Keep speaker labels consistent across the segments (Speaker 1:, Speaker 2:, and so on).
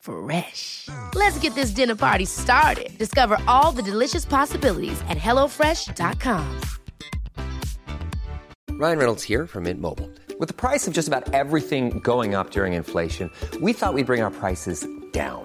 Speaker 1: Fresh. Let's get this dinner party started. Discover all the delicious possibilities at hellofresh.com.
Speaker 2: Ryan Reynolds here from Mint Mobile. With the price of just about everything going up during inflation, we thought we'd bring our prices down.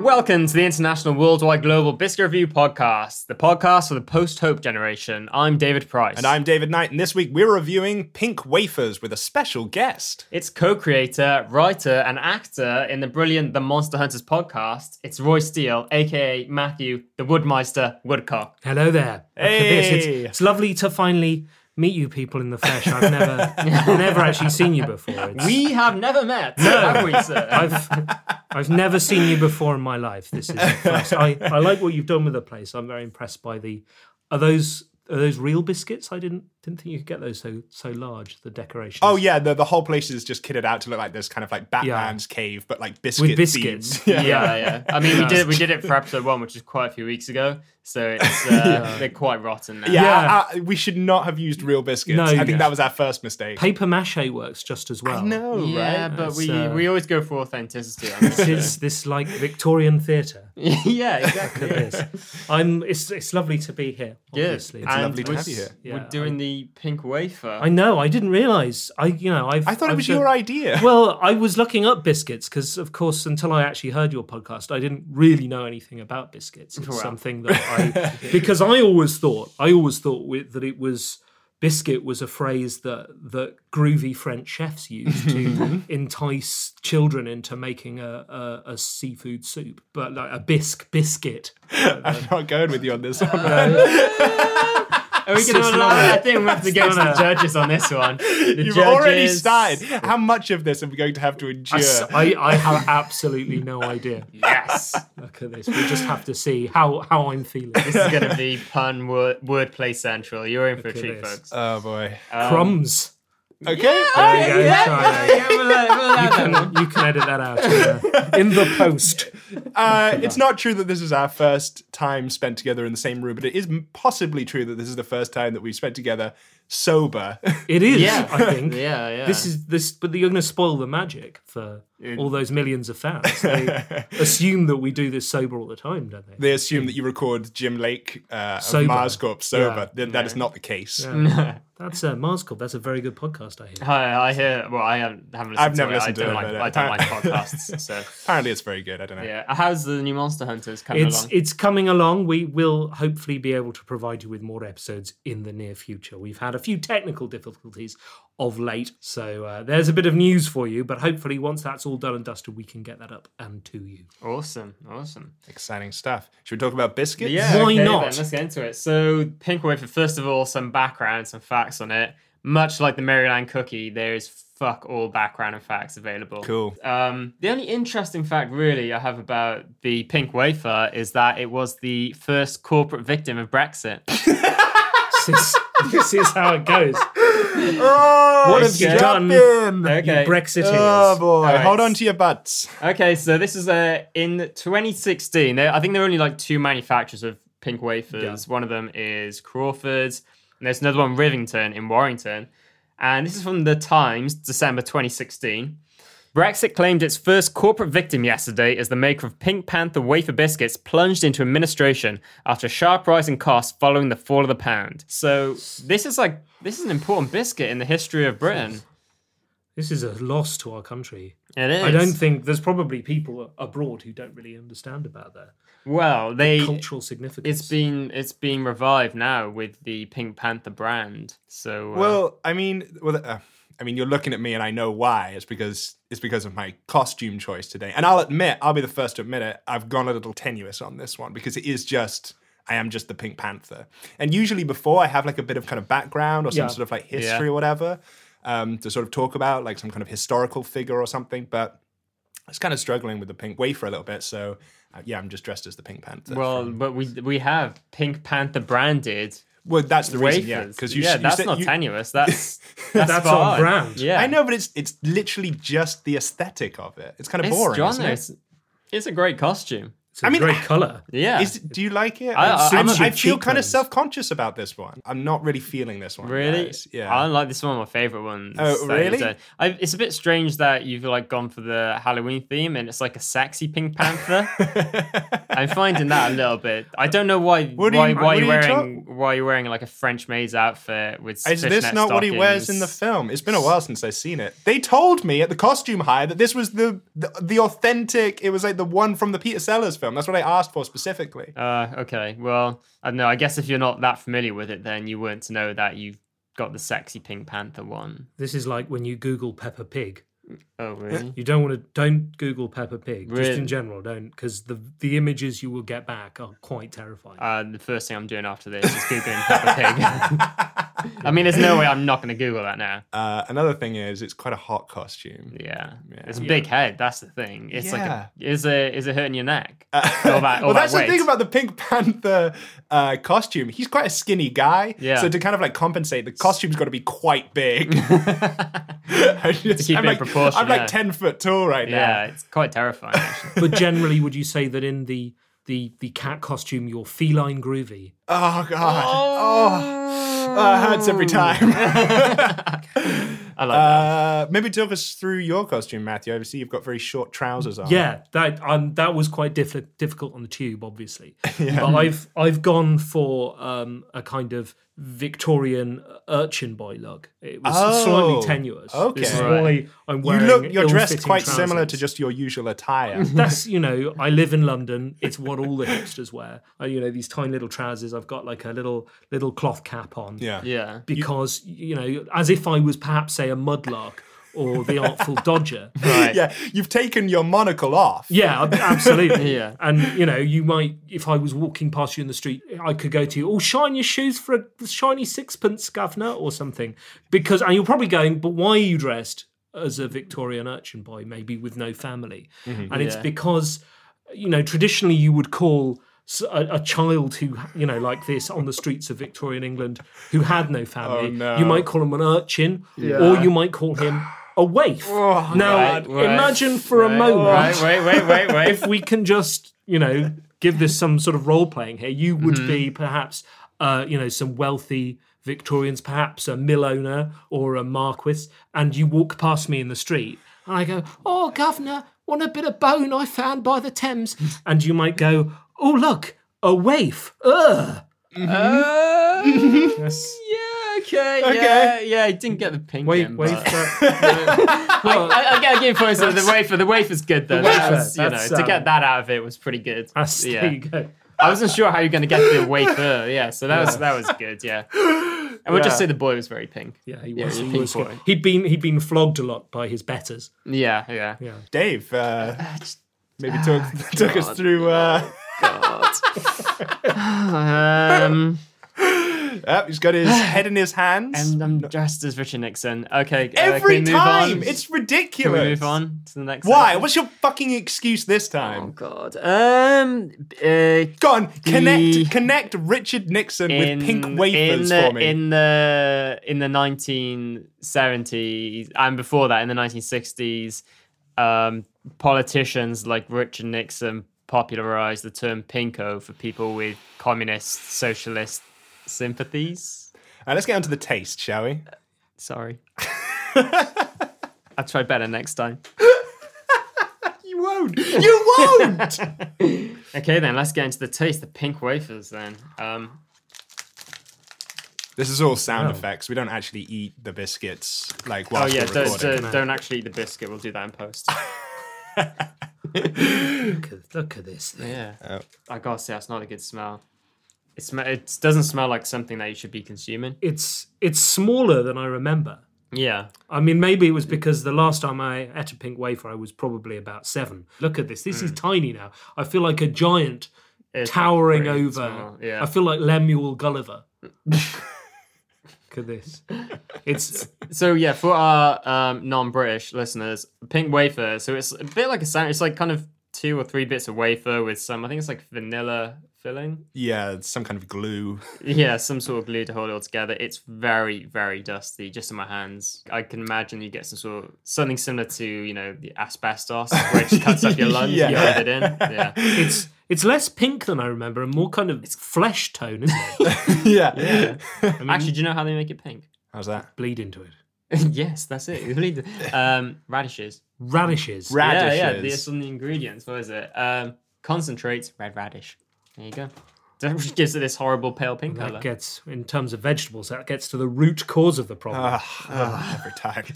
Speaker 3: Welcome to the International Worldwide Global Biscuit Review Podcast, the podcast for the post hope generation. I'm David Price.
Speaker 4: and I'm David Knight, and this week we're reviewing Pink Wafers with a special guest.
Speaker 3: It's co creator, writer, and actor in the brilliant The Monster Hunters podcast. It's Roy Steele, aka Matthew, the Woodmeister Woodcock.
Speaker 5: Hello there. Look at this.
Speaker 4: Hey.
Speaker 5: It's, it's lovely to finally meet you people in the flesh. I've never, never actually seen you before. It's-
Speaker 3: We have never met, have we, sir?
Speaker 5: I've, I've never seen you before in my life. This is the first. I, I like what you've done with the place. I'm very impressed by the. Are those are those real biscuits? I didn't didn't think you could get those so so large. The decorations.
Speaker 4: Oh yeah, the, the whole place is just kitted out to look like this kind of like Batman's cave, but like biscuit
Speaker 5: with biscuits.
Speaker 4: themed.
Speaker 3: Yeah, yeah. I mean, we did we did it for episode one, which was quite a few weeks ago, so it's uh, they're quite rotten now.
Speaker 4: Yeah,
Speaker 5: Yeah.
Speaker 4: I- I- Uh, we should not have used real biscuits.
Speaker 5: No.
Speaker 4: I think
Speaker 5: Yeah.
Speaker 4: that was our first mistake.
Speaker 5: Paper mache works just as well.
Speaker 4: no,
Speaker 3: Yeah,
Speaker 4: right?
Speaker 3: but
Speaker 5: It's,
Speaker 3: we,
Speaker 5: uh,
Speaker 3: we always go for authenticity. On this
Speaker 5: This
Speaker 3: show.
Speaker 5: is this like Victorian theatre.
Speaker 3: yeah, exactly.
Speaker 5: It is. I'm. It's it's lovely to be here.
Speaker 3: Yeah,
Speaker 5: Obviously,
Speaker 4: It's lovely to
Speaker 3: we're
Speaker 4: have you
Speaker 3: s-
Speaker 4: here.
Speaker 3: We're
Speaker 5: Yeah,
Speaker 3: doing the pink wafer.
Speaker 5: I know. I didn't realize. I you know I've.
Speaker 4: I thought it
Speaker 5: I've
Speaker 4: was
Speaker 5: done-
Speaker 4: your idea.
Speaker 5: Well, I was looking up biscuits because, of course, until I actually heard your podcast, I didn't really know anything about biscuits. It's something that I because I always thought I always thought wi- that it was biscuit was a phrase that that groovy French chefs used to
Speaker 4: Mm-hmm.
Speaker 5: entice children into making a, a, a seafood soup, but like a bisque biscuit.
Speaker 4: I'm not going with you on
Speaker 5: Uh,
Speaker 4: this one.
Speaker 3: Are we going to
Speaker 5: It's
Speaker 3: allow
Speaker 5: not a-
Speaker 3: I think we have to go to the
Speaker 5: not a-
Speaker 3: judges on this one. The
Speaker 4: You've
Speaker 3: judges-
Speaker 4: already started. How much of this are we going to have to
Speaker 5: I,
Speaker 4: endure?
Speaker 5: s- I- I have absolutely no idea.
Speaker 3: Yes.
Speaker 5: Look at this. We just have to see how how I'm feeling.
Speaker 3: This is going to be pun word, wordplay central. You're in for a
Speaker 5: Look at
Speaker 3: treat,
Speaker 5: this.
Speaker 3: folks.
Speaker 4: oh boy.
Speaker 5: Crumbs.
Speaker 4: Okay.
Speaker 5: Um, There you go, Charlie.
Speaker 3: we'll let- we'll let that one.
Speaker 5: can, you can edit that out uh, in the post.
Speaker 4: Uh, it's not true that this is our first time spent together in the same room, but it is m- possibly true that this is the first time that we've spent together sober.
Speaker 5: It is,
Speaker 3: Yeah.
Speaker 5: I think.
Speaker 3: Yeah, yeah.
Speaker 5: This is this, but you're going to spoil the magic for all those millions of fans. They assume that we do this sober all the time, don't they?
Speaker 4: they assume that you record Jim Lake uh, of
Speaker 5: Sober.
Speaker 4: Mars Corp sober.
Speaker 5: Yeah.
Speaker 4: Th- That is not the case.
Speaker 5: That's uh, Mars Corp. That's a very good podcast, I hear.
Speaker 3: I, I hear. Well, I haven't, haven't listened
Speaker 4: I've
Speaker 3: to
Speaker 4: never
Speaker 3: it.
Speaker 4: listened
Speaker 3: I
Speaker 4: to
Speaker 3: don't
Speaker 4: it,
Speaker 3: like.
Speaker 4: but, uh,
Speaker 3: I don't like podcasts. So
Speaker 4: Apparently, it's very good. I don't know.
Speaker 3: yeah. How's the new Monster Hunters coming
Speaker 5: It's
Speaker 3: along?
Speaker 5: it's coming along. We will hopefully be able to provide you with more episodes in the near future. We've had a few technical difficulties of late, so uh, there's a bit of news for you. But hopefully, once that's all done and dusted, we can get that up and to you.
Speaker 3: awesome, awesome.
Speaker 4: Exciting stuff. Should we talk about biscuits?
Speaker 3: Yeah,
Speaker 5: Why
Speaker 3: okay,
Speaker 5: not?
Speaker 3: Then. Let's get into it. So, Pink Wafer, first of all, some background, some facts on it. Much like the Maryland cookie, there is fuck all background and facts available.
Speaker 4: Cool.
Speaker 3: Um, the only interesting fact, really, I have about the Pink Wafer is that it was the first corporate victim of Brexit.
Speaker 5: this, is, this is how it goes.
Speaker 4: Oh,
Speaker 5: What have you
Speaker 4: stop
Speaker 5: done?
Speaker 4: him!
Speaker 3: Okay.
Speaker 5: Brexiteers.
Speaker 4: Oh boy!
Speaker 3: All right.
Speaker 4: Hold on to your butts.
Speaker 3: Okay, so this is uh, in 2016. There, I think there are only like two manufacturers of pink wafers. One of them is Crawford's, and there's another one, Rivington, in Warrington. And this is from The Times, December 2016. Brexit claimed its first corporate victim yesterday as the maker of Pink Panther wafer biscuits plunged into administration after a sharp rise in costs following the fall of the pound. So this is like this is an important biscuit in the history of Britain.
Speaker 5: This is a loss to our country.
Speaker 3: It is.
Speaker 5: I don't think there's probably people abroad who don't really understand about that
Speaker 3: Well, they
Speaker 5: cultural significance.
Speaker 3: it's been it's been revived now with the Pink Panther brand. So uh,
Speaker 6: Well, I mean, well, uh, I mean, you're looking at me, and I know why. It's because it's because of my costume choice today. And I'll admit, I'll be the first to admit it. I've gone a little tenuous on this one because it is just. I am just the Pink Panther, and usually before I have like a bit of kind of background or some
Speaker 5: Yeah.
Speaker 6: sort of like history or whatever um, to sort of talk about, like some kind of historical figure or something. But I was kind of struggling with the pink wafer a little bit, so uh, yeah, I'm just dressed as the Pink Panther.
Speaker 3: well, but we we have Pink Panther branded
Speaker 6: well, that's the reason, yeah,
Speaker 3: wafers.
Speaker 6: because you
Speaker 3: yeah,
Speaker 6: you
Speaker 3: that's
Speaker 6: said-
Speaker 3: not
Speaker 6: you-
Speaker 3: tenuous. That's that's,
Speaker 5: That's
Speaker 3: spot
Speaker 5: on brand.
Speaker 3: Yeah,
Speaker 6: I know, but it's it's literally just the aesthetic of it. It's kind of
Speaker 3: It's
Speaker 6: boring.
Speaker 3: John,
Speaker 6: isn't it?
Speaker 3: it's, it's a great costume.
Speaker 5: It's a
Speaker 6: I mean,
Speaker 5: great color.
Speaker 3: Yeah,
Speaker 6: Is, do you like it?
Speaker 3: I- I-
Speaker 6: I,
Speaker 3: I'm a-
Speaker 6: I feel kind of
Speaker 5: cheekbones.
Speaker 6: self conscious about this one. I'm not really feeling this one.
Speaker 3: Really?
Speaker 6: guys. Yeah.
Speaker 3: I like this one. My favorite one.
Speaker 6: Oh, really?
Speaker 3: I, it's a bit strange that you've like gone for the Halloween theme and it's like a sexy Pink Panther. I'm finding that a little bit. I don't know why.
Speaker 6: What do
Speaker 3: why
Speaker 6: you-
Speaker 3: why
Speaker 6: what
Speaker 3: you're
Speaker 6: are you
Speaker 3: wearing why you're wearing like a French maid's outfit with
Speaker 6: Is this
Speaker 3: fishnet
Speaker 6: not what he wears in the
Speaker 3: stockings.
Speaker 6: film? It's been a while since I've seen it. They told me at the costume hire that this was the the, the authentic. It was like the one from the Peter Sellers film. That's what I asked for specifically.
Speaker 3: Uh, okay. Well, I don't know. I guess if you're not that familiar with it, then you weren't to know that you've got the sexy Pink Panther one.
Speaker 5: This is like when you Google Peppa Pig.
Speaker 3: Oh, really?
Speaker 5: You don't want to. Don't Google Peppa Pig. Just
Speaker 3: Really?
Speaker 5: in general, don't because the the images you will get back are quite terrifying.
Speaker 3: Uh, the first thing I'm doing after this is googling Peppa Pig. I mean, there's no way I'm not going to Google that now.
Speaker 6: Uh, another thing is, it's quite a hot costume.
Speaker 3: Yeah. it's a big head. That's the thing. It's like,
Speaker 6: Yeah.
Speaker 3: a, is it is it hurting your neck? all that, all
Speaker 6: well,
Speaker 3: that
Speaker 6: that's
Speaker 3: weight.
Speaker 6: the thing about the Pink Panther uh, costume. He's quite a skinny guy,
Speaker 3: Yeah.
Speaker 6: so to kind of like compensate, the costume's got to be quite big. I just-
Speaker 3: keep
Speaker 6: I'm
Speaker 3: it in
Speaker 6: like,
Speaker 3: proportion,
Speaker 6: I'm like
Speaker 3: yeah.
Speaker 6: ten foot tall right
Speaker 3: Yeah,
Speaker 6: now.
Speaker 3: it's quite terrifying. Actually.
Speaker 5: but generally, would you say that in the the the cat costume, you're feline groovy?
Speaker 6: Oh god. Oh, uh, hurts every time.
Speaker 3: I like that.
Speaker 6: uh, maybe talk us through your costume, Matthew. I see you've got very short trousers on.
Speaker 5: Yeah, that um, that was quite diff- difficult on the tube, obviously. But I've I've gone for um, a kind of Victorian uh, urchin boy look. It was
Speaker 6: Oh,
Speaker 5: slightly tenuous. this
Speaker 6: okay.
Speaker 5: is
Speaker 3: Right.
Speaker 5: why I'm
Speaker 6: You
Speaker 5: wearing.
Speaker 6: look. You're dressed
Speaker 5: ill-fitting
Speaker 6: quite similar to
Speaker 5: trousers.
Speaker 6: just your usual attire.
Speaker 5: That's you know, I live in London. It's what all the hipsters wear. Uh, you know, these tiny little trousers. I've got like a little little cloth cap on.
Speaker 6: yeah.
Speaker 3: Yeah.
Speaker 5: Because you know, as if I was perhaps say a mudlark or the Artful Dodger.
Speaker 3: Right.
Speaker 6: Yeah. You've taken your monocle off.
Speaker 5: Yeah, ab- absolutely.
Speaker 3: Yeah.
Speaker 5: And you know, you might if I was walking past you in the street, I could go to you, oh, shine your shoes for a shiny sixpence, governor, or something. Because and you're probably going, but why are you dressed as a Victorian urchin boy, maybe with no family? And it's
Speaker 3: Mm-hmm. Yeah.
Speaker 5: because you know traditionally you would call. s- A, a child who, you know, like this on the streets of Victorian England who had
Speaker 3: Oh,
Speaker 5: no family,
Speaker 6: no.
Speaker 5: you might call him an urchin or you might call him a waif.
Speaker 3: Oh,
Speaker 5: now,
Speaker 3: Right, right,
Speaker 5: imagine for a
Speaker 3: right,
Speaker 5: moment
Speaker 3: Right, wait, wait, wait, wait.
Speaker 5: if we can just, you know, give this some sort of role playing here, you would
Speaker 3: Mm-hmm.
Speaker 5: be perhaps, uh, you know, some wealthy Victorians, perhaps a mill owner or a marquis, and you walk past me in the street, and I go, "Oh, governor, want a bit of bone I found by the Thames?" and you might go, "Oh, look, a waif." er." Ugh. Yes.
Speaker 3: Um, yeah, okay,
Speaker 6: Okay.
Speaker 3: yeah, yeah. I didn't get the pink.
Speaker 5: Wait,
Speaker 3: in,
Speaker 5: wait.
Speaker 3: but-
Speaker 5: that-
Speaker 3: I, I, I get a game for so the wafer. The wafer's good though. That
Speaker 5: wafer,
Speaker 3: was, you know,
Speaker 5: that's,
Speaker 3: to
Speaker 5: um,
Speaker 3: get that out of it was pretty good.
Speaker 5: That's-
Speaker 3: yeah.
Speaker 5: There you go.
Speaker 3: I wasn't sure how you're going to get the wafer. Yeah, so that was that was good. Yeah, I would just say the boy was very pink.
Speaker 5: Yeah, he
Speaker 3: Yeah,
Speaker 5: was.
Speaker 3: he's
Speaker 5: he
Speaker 3: pink
Speaker 5: was
Speaker 3: boy.
Speaker 5: he'd been he'd been flogged a lot by his betters.
Speaker 3: Yeah, yeah.
Speaker 6: Dave, uh, maybe talk took us through. Uh,
Speaker 3: Um,
Speaker 6: oh, he's got his head in his hands.
Speaker 3: and I'm dressed as Richard Nixon. Okay, uh,
Speaker 6: Every
Speaker 3: can we move
Speaker 6: time,
Speaker 3: on?
Speaker 6: it's
Speaker 3: can we
Speaker 6: ridiculous.
Speaker 3: move on to the next.
Speaker 6: Why?
Speaker 3: section?
Speaker 6: What's your fucking excuse this
Speaker 3: Oh
Speaker 6: time?
Speaker 3: God. Um. Uh,
Speaker 6: Go on, connect
Speaker 3: The-
Speaker 6: connect Richard Nixon
Speaker 3: in,
Speaker 6: with pink wafers
Speaker 3: in the,
Speaker 6: for me.
Speaker 3: In the in the 1970s and before that in the 1960s, um, politicians like Richard Nixon popularized the term pinko for people with communist socialist sympathies.
Speaker 6: Uh, let's get on to the taste, shall we?
Speaker 3: Sorry. I'll try better next time.
Speaker 6: You won't. You won't.
Speaker 3: Okay, then let's get into the taste. The pink wafers, then. Um,
Speaker 6: this is all sound effects. We don't actually eat the biscuits like
Speaker 3: oh
Speaker 6: while
Speaker 3: yeah,
Speaker 6: we're
Speaker 3: don't,
Speaker 6: recording.
Speaker 3: don't, don't actually eat the biscuit. We'll do that in post.
Speaker 5: Look at, look at this thing.
Speaker 3: yeah. I gotta say, that's not a good smell. It sm- It doesn't smell like something that you should be consuming.
Speaker 5: It's it's smaller than I remember.
Speaker 3: Yeah.
Speaker 5: I mean, maybe it was because the last time I ate a pink wafer, I was probably about seven. Look at this. This is tiny now. I feel like a giant
Speaker 3: Hmm. It's
Speaker 5: towering
Speaker 3: pretty
Speaker 5: over.
Speaker 3: small, Yeah.
Speaker 5: I feel like Lemuel Gulliver. Look at this. It's
Speaker 3: So yeah, for our um, non-British listeners, pink wafer. So it's a bit like a sandwich. It's like kind of two or three bits of wafer with some. I think it's like vanilla filling.
Speaker 6: Yeah, it's some kind of glue.
Speaker 3: Yeah, some sort of glue to hold it all together. It's very, very dusty, just in my hands. I can imagine you get some sort of something similar to you know the asbestos, where it just cuts up your lungs.
Speaker 6: Yeah.
Speaker 3: You breathe it in. Yeah.
Speaker 5: it's it's less pink than I remember and more kind of flesh tone, isn't it?
Speaker 6: yeah.
Speaker 3: Actually, do you know how they make it pink?
Speaker 6: How's that?
Speaker 5: Bleed into it.
Speaker 3: yes, that's it. You believe it. Um, radishes.
Speaker 5: Radishes.
Speaker 6: Radishes.
Speaker 3: Yeah, yeah. There's on the ingredients. What is it? Um, concentrates, red radish. There you go. That which gives it this horrible pale pink
Speaker 5: that
Speaker 3: color.
Speaker 5: gets, in terms of vegetables, that gets to the root cause of the problem.
Speaker 6: Every time.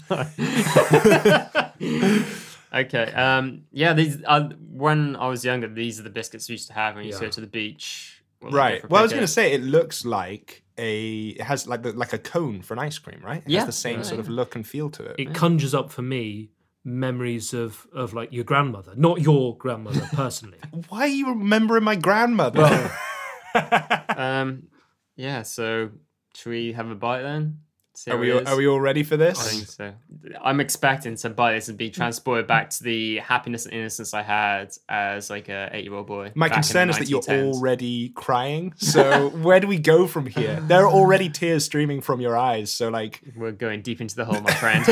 Speaker 3: Okay. Um, yeah. These. Are, when I was younger, these are the biscuits we used to have when you used to go to the beach. Well, they go
Speaker 6: right.
Speaker 3: for
Speaker 6: Well, I was
Speaker 3: picnic.
Speaker 6: going to say it looks like a it has like the, like a cone for an ice cream, right? It
Speaker 3: Yeah.
Speaker 6: has the same sort of look and feel to it.
Speaker 5: it conjures up for me memories of of like your grandmother, not your grandmother personally.
Speaker 6: Why are you remembering my grandmother?
Speaker 3: Um, yeah. So, should we have a bite then? See
Speaker 6: are
Speaker 3: how
Speaker 6: we
Speaker 3: it
Speaker 6: all,
Speaker 3: is?
Speaker 6: are we all ready for this?
Speaker 3: I think so. I'm expecting to buy this and be transported back to the happiness and innocence I had as like a eight year old boy.
Speaker 6: My
Speaker 3: back in
Speaker 6: concern
Speaker 3: the
Speaker 6: is that you're
Speaker 3: 1910s.
Speaker 6: already crying. So where do we go from here? There are already tears streaming from your eyes. So like,
Speaker 3: We're going deep into the hole, my friend.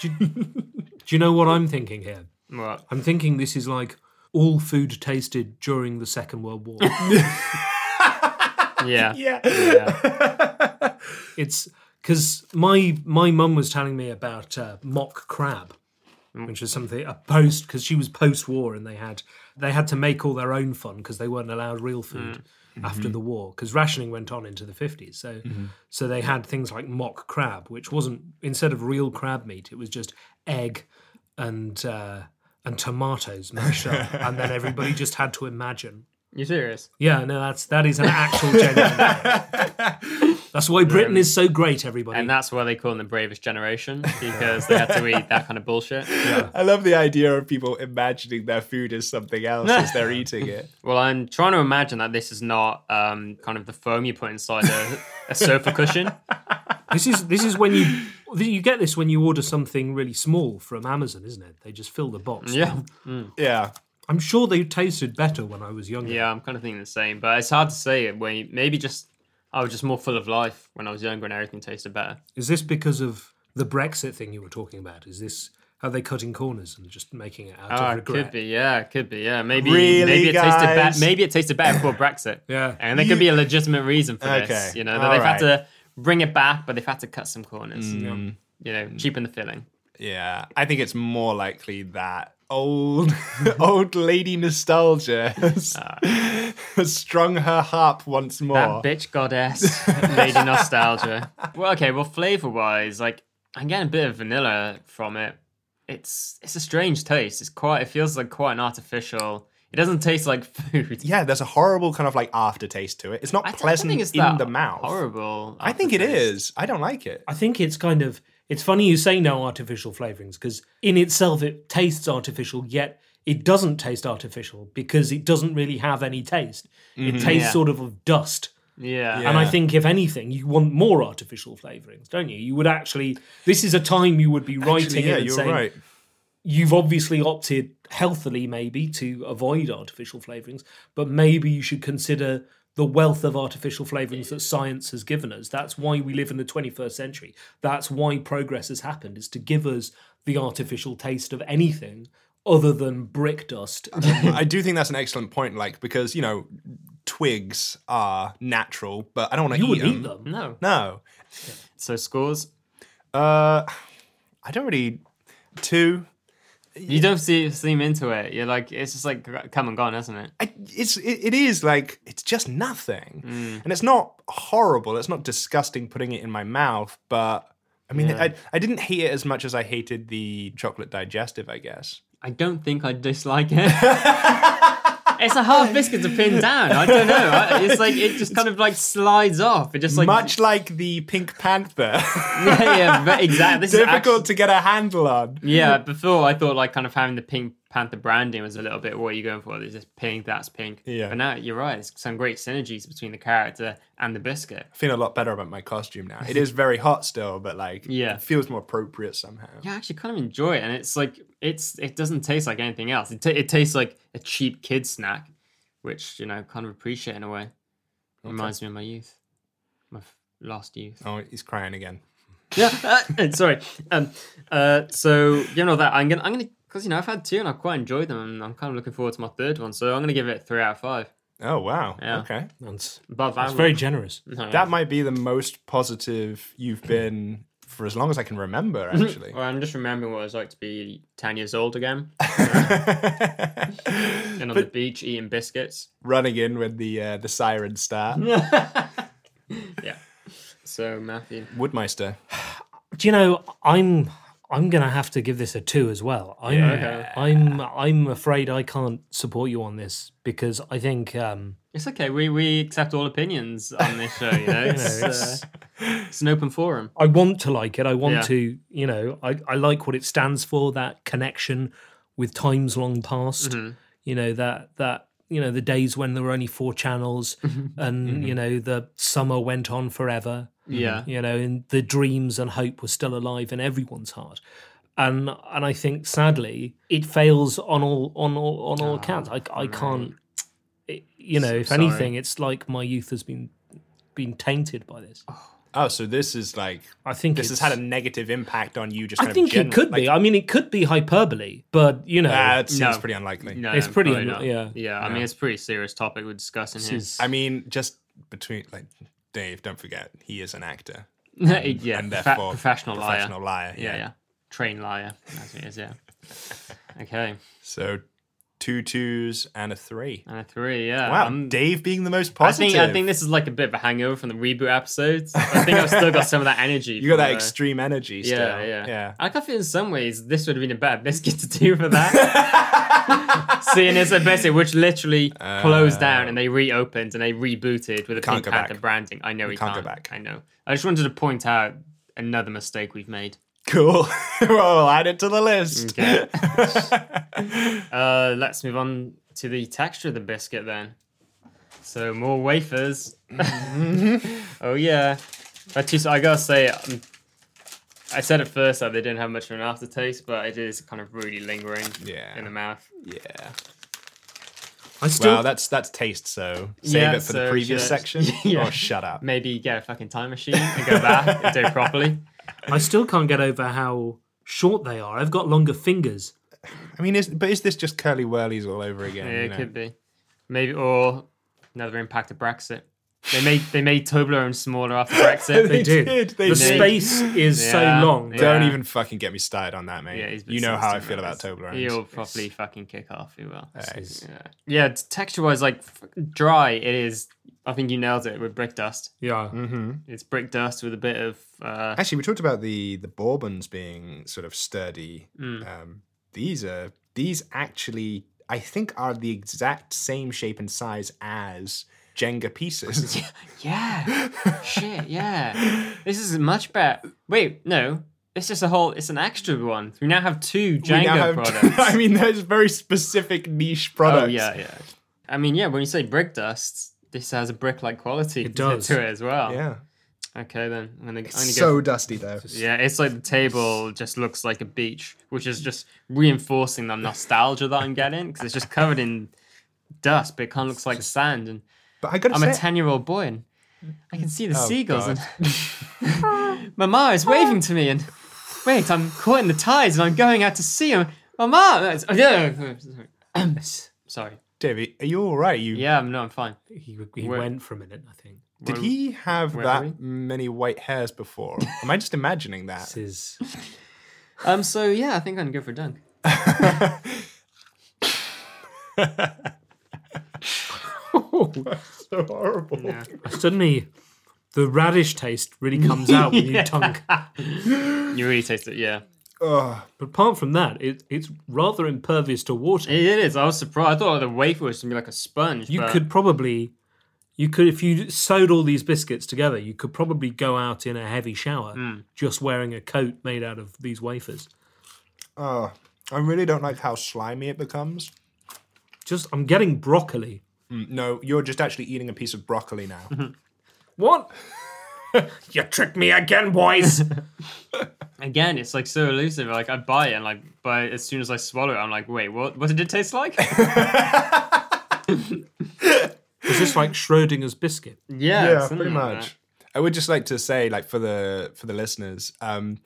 Speaker 5: Do you know what I'm thinking here?
Speaker 3: What?
Speaker 5: I'm thinking this is like all food tasted during the Second World War.
Speaker 3: Yeah.
Speaker 6: yeah,
Speaker 5: it's because my my mum was telling me about uh, mock crab, which is something a post because she was post war and they had they had to make all their own fun because they weren't allowed real food after the war because rationing went on into the fifties. So so they had things like mock crab, which wasn't instead of real crab meat, it was just egg and. Uh, and tomatoes mashed up, and then everybody just had to imagine
Speaker 3: You serious?
Speaker 5: yeah, no, that's that is an actual genuine. that's why Britain is so great, everybody.
Speaker 3: And that's why they call them the bravest generation because they had to eat that kind of bullshit.
Speaker 6: I love the idea of people imagining their food as something else as they're eating it.
Speaker 3: Well, I'm trying to imagine that this is not um, kind of the foam you put inside a, a sofa cushion.
Speaker 5: this is this is when you you get this when you order something really small from Amazon, isn't it? They just fill the box.
Speaker 3: Yeah.
Speaker 6: Yeah.
Speaker 5: I'm sure they tasted better when I was younger.
Speaker 3: Yeah, I'm kind of thinking the same, but it's hard to say. it When you- maybe just I was just more full of life when I was younger and everything tasted better.
Speaker 5: Is this because of the Brexit thing you were talking about? Is this are they cutting corners and just making it out
Speaker 3: Ah,
Speaker 5: of
Speaker 3: it
Speaker 5: regret?
Speaker 3: could be, yeah, it could be, yeah. Maybe,
Speaker 6: Really,
Speaker 3: maybe it tasted
Speaker 6: guys?
Speaker 3: better. Maybe it tasted better before Brexit.
Speaker 5: Yeah.
Speaker 3: and there could be a legitimate reason for
Speaker 6: Okay,
Speaker 3: this. You know, that
Speaker 6: all
Speaker 3: they've had
Speaker 6: right.
Speaker 3: to bring it back, but they've had to cut some corners.
Speaker 6: Mm.
Speaker 3: You know, cheapen the filling.
Speaker 6: Yeah, I think it's more likely that old old lady nostalgia has, has strung her harp once more.
Speaker 3: Ah. That bitch goddess, lady nostalgia. Well, okay. Well, flavor wise, like I'm getting a bit of vanilla from it. It's it's a strange taste. It's quite. It feels like quite an artificial. It doesn't taste like food.
Speaker 6: yeah, there's a horrible kind of like aftertaste to it. It's not
Speaker 3: I don't- I don't
Speaker 6: pleasant
Speaker 3: think it's
Speaker 6: in
Speaker 3: that
Speaker 6: the mouth.
Speaker 3: Horrible.
Speaker 6: I think it
Speaker 3: aftertaste.
Speaker 6: is. I don't like it.
Speaker 5: I think it's kind of it's funny you say no artificial flavorings because in itself it tastes artificial, yet it doesn't taste artificial because it doesn't really have any taste.
Speaker 6: Mm-hmm.
Speaker 5: It tastes
Speaker 3: Yeah.
Speaker 5: sort of of dust.
Speaker 3: Yeah.
Speaker 5: And I think if anything, you want more artificial flavorings, don't you? You would actually. This is a time you would be writing
Speaker 6: Actually,
Speaker 5: it
Speaker 6: yeah,
Speaker 5: and
Speaker 6: you're
Speaker 5: saying
Speaker 6: right.
Speaker 5: you've obviously opted healthily, maybe, to avoid artificial flavorings, but maybe you should consider the wealth of artificial flavorings that science has given us. That's why we live in the 21st century. That's why progress has happened, is to give us the artificial taste of anything other than brick dust.
Speaker 6: I do think that's an excellent point, like because you know. tw- twigs are natural, but I don't want to
Speaker 5: You
Speaker 6: eat
Speaker 5: would
Speaker 6: them.
Speaker 5: eat them.
Speaker 3: No.
Speaker 6: No.
Speaker 3: So scores.
Speaker 6: Uh, I don't really. Two.
Speaker 3: You don't see, seem into it. You're like, it's just like come and gone, isn't it?
Speaker 6: I, it's it, it is like it's just nothing,
Speaker 3: Mm.
Speaker 6: and it's not horrible. It's not disgusting putting it in my mouth, but I mean, I I didn't hate it as much as I hated the chocolate digestive. I guess.
Speaker 3: I don't think I dislike it. it's a hard biscuit to pin down. I don't know. I, it's like it just kind of like slides off. It just like
Speaker 6: Much like the Pink Panther,
Speaker 3: yeah, yeah, but exactly. This is
Speaker 6: difficult
Speaker 3: actually-
Speaker 6: to get a handle on.
Speaker 3: Yeah, before I thought like kind of having the Pink Panther branding was a little bit what are you going for? Is this pink? That's pink.
Speaker 6: Yeah.
Speaker 3: But now you're right. There's some great synergies between the character and the biscuit.
Speaker 6: I feel a lot better about my costume now. It is very hot still, but like,
Speaker 3: Yeah.
Speaker 6: it feels more appropriate somehow.
Speaker 3: Yeah, I actually kind of enjoy it, and it's like it's it doesn't taste like anything else. It, ta it tastes like a cheap kid snack, which you know kind of appreciate in a way. Reminds me of my youth, my f- lost youth.
Speaker 6: Oh, he's crying again.
Speaker 3: yeah, uh, sorry. Um, uh, so you know that I'm gonna I'm gonna because you know I've had two and I quite enjoyed them, and I'm kind of looking forward to my third one. So I'm gonna give it three out of five.
Speaker 6: Oh wow.
Speaker 3: Yeah.
Speaker 6: Okay.
Speaker 5: That's,
Speaker 3: But
Speaker 5: that's very generous.
Speaker 6: That might be the most positive you've been for as long as I can remember, actually.
Speaker 3: Well, I'm just remembering what it was like to be 10 years old again, and on the beach eating biscuits.
Speaker 6: Running in when the uh, the sirens start.
Speaker 3: So Matthew,
Speaker 6: Woodmeister.
Speaker 5: Do you know I'm I'm gonna have to give this a two as well. I'm I'm I'm afraid I can't support you on this because I think um,
Speaker 3: it's okay. We we accept all opinions on this show. You know, it's, uh, it's an open forum.
Speaker 5: I want to like it. I want
Speaker 3: Yeah.
Speaker 5: to, you know, I, I like what it stands for, that connection with times long past.
Speaker 6: Mm-hmm.
Speaker 5: You know, that that you know, the days when there were only four channels
Speaker 6: Mm-hmm.
Speaker 5: and, you know, the summer went on forever.
Speaker 3: Yeah.
Speaker 5: You know, and the dreams and hope were still alive in everyone's heart. And and I think sadly it fails on all on all on all
Speaker 6: Ah,
Speaker 5: counts. I I can't it, you know, if
Speaker 3: sorry.
Speaker 5: anything, it's like my youth has been been tainted by this.
Speaker 6: Oh, so this is like
Speaker 5: I think
Speaker 6: this
Speaker 5: it's,
Speaker 6: has had a negative impact on you. Just
Speaker 5: I
Speaker 6: kind
Speaker 5: think
Speaker 6: of general,
Speaker 5: it could be.
Speaker 6: Like,
Speaker 5: I mean, it could be hyperbole, but you know,
Speaker 6: ah, it seems
Speaker 3: No.
Speaker 6: pretty unlikely.
Speaker 3: No,
Speaker 5: It's pretty
Speaker 3: probably
Speaker 5: un-
Speaker 3: not.
Speaker 5: yeah.
Speaker 3: yeah. I mean, it's a pretty serious topic we're discussing here.
Speaker 5: is-
Speaker 6: I mean, just between like Dave. Don't forget, he is an actor
Speaker 3: yeah,
Speaker 6: and
Speaker 3: profe-
Speaker 6: therefore
Speaker 3: professional liar.
Speaker 6: Professional liar.
Speaker 3: Yeah, yeah. Train liar. That's what it is. Yeah. okay,
Speaker 6: So two twos and a three.
Speaker 3: and a three. Yeah.
Speaker 6: Wow,
Speaker 3: I'm-
Speaker 6: Dave being the most
Speaker 3: Um, I
Speaker 6: positive.
Speaker 3: think I think this is like a bit of a hangover from the reboot episodes. I think I've still got some of that energy.
Speaker 6: you got
Speaker 3: from
Speaker 6: that
Speaker 3: the-
Speaker 6: extreme energy. Still.
Speaker 3: Yeah, yeah,
Speaker 6: yeah.
Speaker 3: I kind of feel in some ways this would have been a better biscuit to do for that. Seeing as a biscuit which literally closed down and they reopened and they rebooted with a
Speaker 6: Uh, Can't
Speaker 3: Pink
Speaker 6: go
Speaker 3: Panther
Speaker 6: back.
Speaker 3: branding. I know we,
Speaker 6: can't
Speaker 3: can't,
Speaker 6: go back.
Speaker 3: I know. I just wanted to point out another mistake we've made.
Speaker 6: Cool. well, we'll add it to the list.
Speaker 3: Okay. uh, let's move on to the texture of the biscuit then. So more wafers. oh yeah. I just I gotta say, um, I said at first that they didn't have much of an aftertaste, but it is kind of really lingering
Speaker 6: Yeah.
Speaker 3: in the mouth.
Speaker 6: Yeah.
Speaker 5: I still
Speaker 6: Well, that's that's taste. So save
Speaker 3: Yeah,
Speaker 6: it for the
Speaker 3: so
Speaker 6: previous
Speaker 3: should I-
Speaker 6: section.
Speaker 3: Yeah.
Speaker 6: Or shut up.
Speaker 3: Maybe get a fucking time machine and go back and do it properly.
Speaker 5: I still can't get over how short they are. I've got longer fingers.
Speaker 6: I mean, is, but is this just curly whirlies all over again?
Speaker 3: Yeah,
Speaker 6: you
Speaker 3: it
Speaker 6: know?
Speaker 3: could be. Maybe or another impact of Brexit. They made they made Toblerone smaller after Brexit.
Speaker 6: They
Speaker 5: Dude,
Speaker 6: did, they
Speaker 5: the
Speaker 6: did.
Speaker 5: space is
Speaker 3: Yeah,
Speaker 5: so long.
Speaker 3: yeah.
Speaker 6: Don't even fucking get me started on that, mate.
Speaker 3: Yeah, he's been
Speaker 6: you know how I
Speaker 3: sensitive
Speaker 6: feel about
Speaker 3: about
Speaker 6: Toblerone.
Speaker 3: He'll probably fucking kick off. He will. Yeah, yeah texture wise, like f- dry, it is. I think you nailed it with brick dust.
Speaker 5: Yeah,
Speaker 6: Mm.
Speaker 3: It's brick dust with a bit of. Uh,
Speaker 6: Actually, we talked about the the bourbons being sort of sturdy.
Speaker 3: Mm.
Speaker 6: Um, these are these actually, I think, are the exact same shape and size as Jenga pieces.
Speaker 3: yeah, shit, yeah. This is much better. Wait, no, it's just a whole. It's an extra one. We now have two
Speaker 6: We
Speaker 3: Django
Speaker 6: now have-
Speaker 3: products.
Speaker 6: I mean, there's very specific niche
Speaker 3: oh
Speaker 6: products.
Speaker 3: yeah, yeah. I mean, yeah. When you say brick dust, this has a brick-like quality to-
Speaker 5: does.
Speaker 3: to it as well.
Speaker 6: yeah.
Speaker 3: Okay, then I'm gonna. I'm gonna go
Speaker 6: So dusty though.
Speaker 3: Yeah, it's like the table just looks like a beach, which is just reinforcing the nostalgia that I'm getting because it's just covered in dust, but it kind of looks like sand. And
Speaker 6: But I gotta
Speaker 3: I'm a
Speaker 6: say,
Speaker 3: 10 year old boy and I can see the seagulls. And my mom is waving to me, and wait, I'm caught in the tides and I'm going out to sea. And my mom. oh, Sorry.
Speaker 6: Davey, are you all right? You
Speaker 3: Yeah, I'm- no, I'm fine.
Speaker 5: He, he
Speaker 3: Where-
Speaker 5: went for a minute, I think.
Speaker 6: did he have
Speaker 3: where are
Speaker 6: that many white hairs before? Am I just imagining that?
Speaker 5: This is
Speaker 3: Um. So yeah, I think I can go for a dunk.
Speaker 6: so horrible.
Speaker 5: suddenly the radish taste really comes out when you dunk.
Speaker 3: You really taste it, yeah.
Speaker 5: But apart from that, it, it's rather impervious to water.
Speaker 3: It it is. I was surprised. I thought the wafer was gonna be like a sponge.
Speaker 5: you
Speaker 3: but-
Speaker 5: could probably, you could if you sewed all these biscuits together, you could probably go out in a heavy shower
Speaker 3: Hmm.
Speaker 5: just wearing a coat made out of these wafers.
Speaker 6: I really don't like how slimy it becomes.
Speaker 5: Just, I'm getting broccoli.
Speaker 6: No, you're just actually eating a piece of broccoli now.
Speaker 5: What? you tricked me again, boys.
Speaker 3: again. It's like so elusive. Like I buy it, and like, but as soon as I swallow it, I'm like, wait, what? What did it taste like?
Speaker 5: Is this like Schrodinger's biscuit?
Speaker 3: yeah,
Speaker 6: yeah,
Speaker 3: something
Speaker 6: pretty
Speaker 3: like
Speaker 6: much. I would just like to say, like for the for the listeners, um,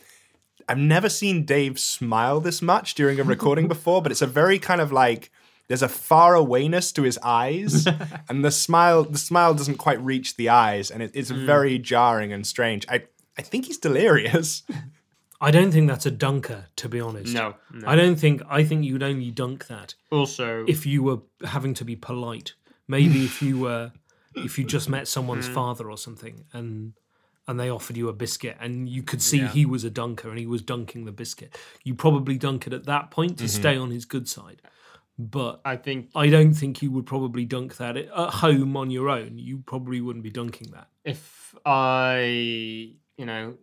Speaker 6: I've never seen Dave smile this much during a recording before, but it's a very kind of like there's a far awayness to his eyes, and the smile the smile doesn't quite reach the eyes, and it, it's
Speaker 3: Mm.
Speaker 6: very jarring and strange. I I think he's delirious.
Speaker 5: I don't think that's a dunker, to be honest.
Speaker 3: No, no.
Speaker 5: I don't think. I think you'd only dunk
Speaker 3: that.
Speaker 5: that
Speaker 3: Also,
Speaker 5: if you were having to be polite. Maybe if you were, if you just met someone's
Speaker 6: Mm.
Speaker 5: father or something, and and they offered you a biscuit, and you could see he was a dunker and he was dunking the biscuit. You probably dunk it at that point to
Speaker 6: Mm-hmm.
Speaker 5: stay on his good side. But
Speaker 3: I think
Speaker 5: I don't think you would probably dunk that at at home on your own. You probably wouldn't be dunking that.
Speaker 3: if I, you know,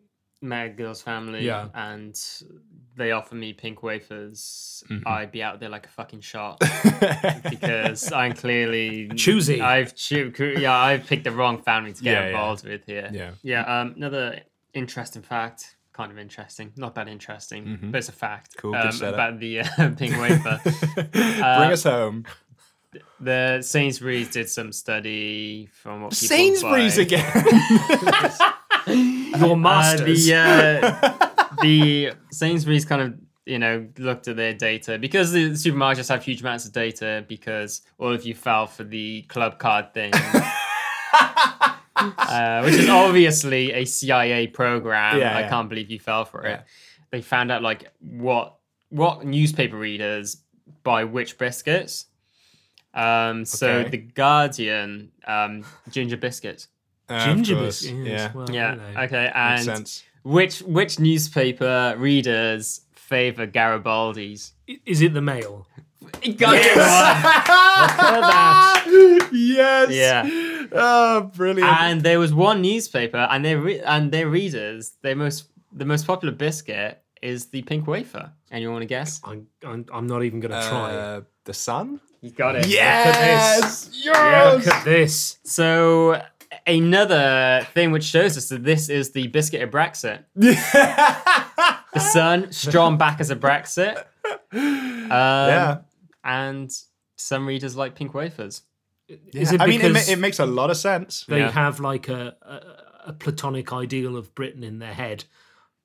Speaker 3: met a girl's family
Speaker 5: Yeah.
Speaker 3: and they offer me pink wafers,
Speaker 5: Mm-hmm.
Speaker 3: I'd be out there like a fucking shark because I'm clearly
Speaker 5: Choosy.
Speaker 3: I've choo- yeah, I've picked the wrong family to get
Speaker 6: Yeah, yeah.
Speaker 3: involved with here.
Speaker 6: Yeah.
Speaker 3: yeah. Um, another interesting fact. Kind of interesting, not that interesting, but it's a fact
Speaker 6: Mm-hmm. Cool, good
Speaker 3: um,
Speaker 6: setup.
Speaker 3: about the uh, pink wafer. Uh,
Speaker 6: Bring us home.
Speaker 3: the Sainsbury's did some study from what people
Speaker 6: Sainsbury's
Speaker 3: buy.
Speaker 6: again.
Speaker 5: Your
Speaker 3: Uh,
Speaker 5: masters.
Speaker 3: the uh, the Sainsbury's kind of you know looked at their data because the supermarkets have huge amounts of data because all of you fell for the club card thing. Uh, which is obviously a CIA program.
Speaker 6: Yeah,
Speaker 3: I
Speaker 6: yeah.
Speaker 3: can't believe you fell for it. They found out like what what newspaper readers buy which biscuits. Um, so
Speaker 6: Okay.
Speaker 3: the Guardian um, ginger biscuits.
Speaker 6: Uh, of
Speaker 5: Ginger
Speaker 6: course,
Speaker 5: biscuits.
Speaker 6: Yeah.
Speaker 5: well, you know.
Speaker 3: Yeah. Okay. And
Speaker 6: sense.
Speaker 3: which which newspaper readers favor Garibaldi's?
Speaker 5: Is it the male?
Speaker 6: yes.
Speaker 3: yeah.
Speaker 6: Oh, brilliant.
Speaker 3: And there was one newspaper, and their re- and their readers, their most the most popular biscuit is the pink wafer. Anyone want to guess?
Speaker 5: I'm, I'm, I'm not even going to try.
Speaker 6: Uh, the sun.
Speaker 3: You got it.
Speaker 6: Yes.
Speaker 5: Look at this.
Speaker 3: So another thing which shows us that this is the biscuit of Brexit. the sun strong back as a Brexit. Um,
Speaker 6: Yeah.
Speaker 3: And some readers like pink wafers.
Speaker 5: Is it
Speaker 6: I mean, it, ma-
Speaker 5: because
Speaker 6: it makes a lot of sense.
Speaker 5: they
Speaker 3: Yeah.
Speaker 5: have like a, a, a platonic ideal of Britain in their head,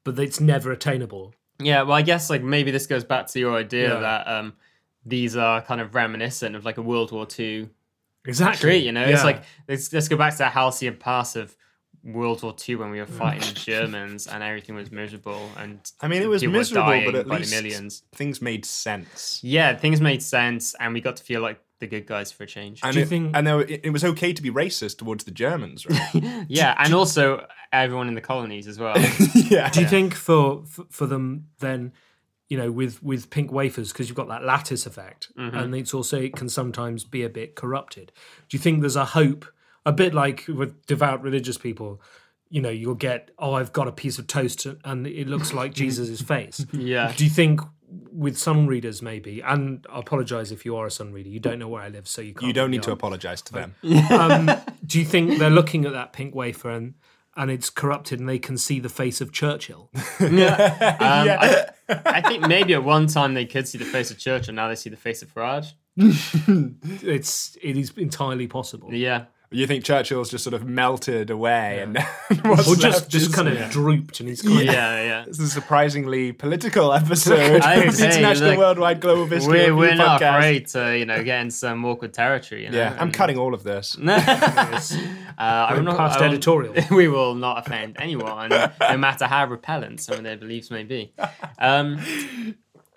Speaker 5: but it's never attainable?
Speaker 3: Yeah, well, I guess like maybe this goes back to your idea
Speaker 5: Yeah.
Speaker 3: that um, these are kind of reminiscent of like a World War II
Speaker 5: Exactly.
Speaker 3: treat. You know, it's
Speaker 5: Yeah.
Speaker 3: like let's let's go back to that halcyon past of World War II when we were fighting the Germans and everything was miserable and
Speaker 6: Mm. I mean, it was
Speaker 3: people were
Speaker 6: miserable,
Speaker 3: dying
Speaker 6: but at
Speaker 3: by
Speaker 6: least
Speaker 3: the millions.
Speaker 6: things made sense.
Speaker 3: Yeah, things made sense and we got to feel like the good guys for a change.
Speaker 6: And
Speaker 5: Do you
Speaker 6: it,
Speaker 5: think-
Speaker 6: and there, it, it was okay to be racist towards the Germans, right?
Speaker 3: yeah, and also everyone in the colonies as well.
Speaker 6: yeah.
Speaker 5: Do you think for, for for them then, you know, with with pink wafers because you've got that lattice effect,
Speaker 6: Mm-hmm.
Speaker 5: and it's also it can sometimes be a bit corrupted. Do you think there's a hope, a bit like with devout religious people? You know, you'll get, oh, I've got a piece of toast and it looks like Jesus' face.
Speaker 3: Yeah.
Speaker 5: Do you think with sun readers, maybe, and I apologize if you are a sun reader, you don't know where I live, so you can't.
Speaker 6: You don't need to
Speaker 5: apologize
Speaker 6: apologize to them.
Speaker 5: do you think they're looking at that pink wafer and and it's corrupted and they can see the face of Churchill?
Speaker 3: Um, I, I think maybe at one time they could see the face of Churchill, now they see the face of Farage.
Speaker 5: It's it is entirely possible.
Speaker 3: Yeah.
Speaker 6: You think Churchill's just sort of melted away and what's
Speaker 5: Or just
Speaker 6: left
Speaker 5: just
Speaker 6: is-
Speaker 5: kind of drooped and he's kind of
Speaker 3: yeah, yeah.
Speaker 6: This is a surprisingly political episode.
Speaker 3: I think,
Speaker 6: of the
Speaker 3: hey,
Speaker 6: International
Speaker 3: look,
Speaker 6: Worldwide Global Biscuit
Speaker 3: We're, we're
Speaker 6: Review
Speaker 3: not Mm.
Speaker 6: podcast.
Speaker 3: afraid to, you know, get in some awkward territory. You know?
Speaker 6: Yeah, I'm cutting all of this.
Speaker 3: uh, I'm not,
Speaker 5: past
Speaker 3: I won't-
Speaker 5: editorial.
Speaker 3: we will not offend anyone, no matter how repellent some of their beliefs may be. Um,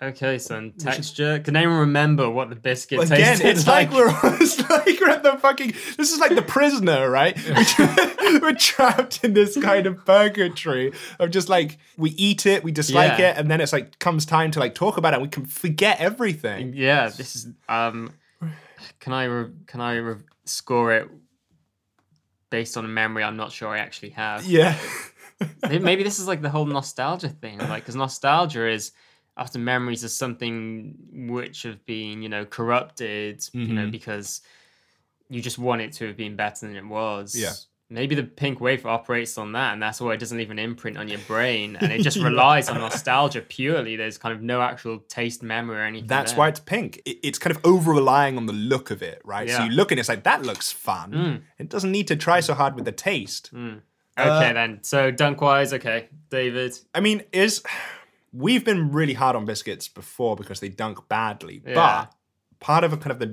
Speaker 3: okay, so on texture. Can anyone remember what the biscuit
Speaker 6: Again,
Speaker 3: tasted
Speaker 6: it's like, we're it's like we're at the fucking. This is like the prisoner, right? we're trapped in this kind of purgatory of just like we eat it, we dislike
Speaker 3: Yeah.
Speaker 6: it, and then it's like comes time to like talk about it, and we can forget everything.
Speaker 3: Yeah, this is. Um, can I re- can I re- score it based on a memory? I'm not sure I actually have.
Speaker 6: Yeah,
Speaker 3: May- Maybe this is like the whole nostalgia thing, like because nostalgia is after memories of something which have been, you know, corrupted, you
Speaker 6: Mm-hmm.
Speaker 3: know, because you just want it to have been better than it was.
Speaker 6: Yeah.
Speaker 3: Maybe the pink wave operates on that, and that's why it doesn't leave an imprint on your brain, and it just relies on nostalgia purely. There's kind of no actual taste, memory, or anything.
Speaker 6: that's
Speaker 3: there.
Speaker 6: why it's pink. It, it's kind of over relying on the look of it, right? So
Speaker 3: Yeah. Mm.
Speaker 6: you look and it's like that looks fun. It doesn't need to try so hard with the taste. uh,
Speaker 3: Okay, then. So Dunkwise, okay, David.
Speaker 6: I mean, is we've been really hard on biscuits before because they dunk badly,
Speaker 3: Yeah.
Speaker 6: but part of a kind of the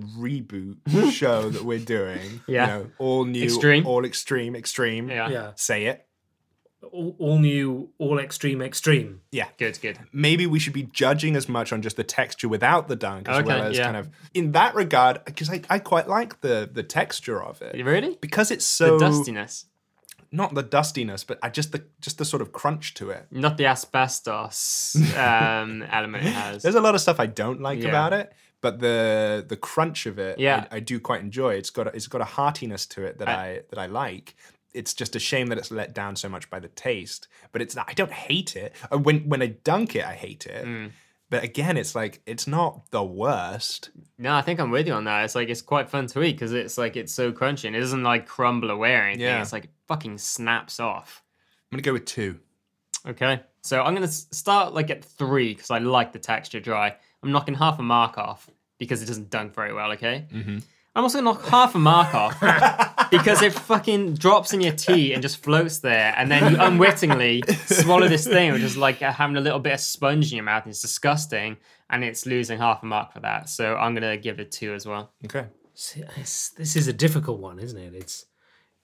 Speaker 6: reboot show that we're doing,
Speaker 3: Yeah.
Speaker 6: you know, all new,
Speaker 3: Extreme.
Speaker 6: all extreme, extreme.
Speaker 3: Yeah.
Speaker 5: yeah.
Speaker 6: Say it.
Speaker 5: All, all new, all extreme, extreme.
Speaker 6: Yeah.
Speaker 3: Good, good.
Speaker 6: Maybe we should be judging as much on just the texture without the dunk, as
Speaker 3: Okay,
Speaker 6: well as
Speaker 3: yeah.
Speaker 6: kind of in that regard, because I, I quite like the the texture of it.
Speaker 3: Really?
Speaker 6: Because it's so
Speaker 3: the dustiness,
Speaker 6: not the dustiness, but I just the just the sort of crunch to it.
Speaker 3: not the asbestos um, element it has.
Speaker 6: There's a lot of stuff I don't like
Speaker 3: Yeah.
Speaker 6: about it, but the the crunch of it,
Speaker 3: Yeah.
Speaker 6: I, I do quite enjoy. It's got a, it's got a heartiness to it that I, that I like. It's just a shame that it's let down so much by the taste, but it's not, I don't hate it. Uh, When when I dunk it, I hate it.
Speaker 5: Mm.
Speaker 6: But again, it's like it's not the worst.
Speaker 3: No, I think I'm with you on that. It's like it's quite fun to eat because it's like it's so crunchy and it doesn't like crumble away or anything.
Speaker 6: Yeah.
Speaker 3: It's like it fucking snaps off.
Speaker 6: I'm gonna go with two.
Speaker 3: Okay, so I'm gonna s- start like at three because I like the texture dry. I'm knocking half a mark off because it doesn't dunk very well. Okay, mm-hmm. I'm also gonna knock half a mark off because it fucking drops in your tea and just floats there, and then you unwittingly swallow this thing, which is like uh, having a little bit of sponge in your mouth. And it's disgusting, and it's losing half a mark for that. So I'm gonna give it two as well.
Speaker 6: Okay.
Speaker 5: See, This, this is a difficult one, isn't it? It's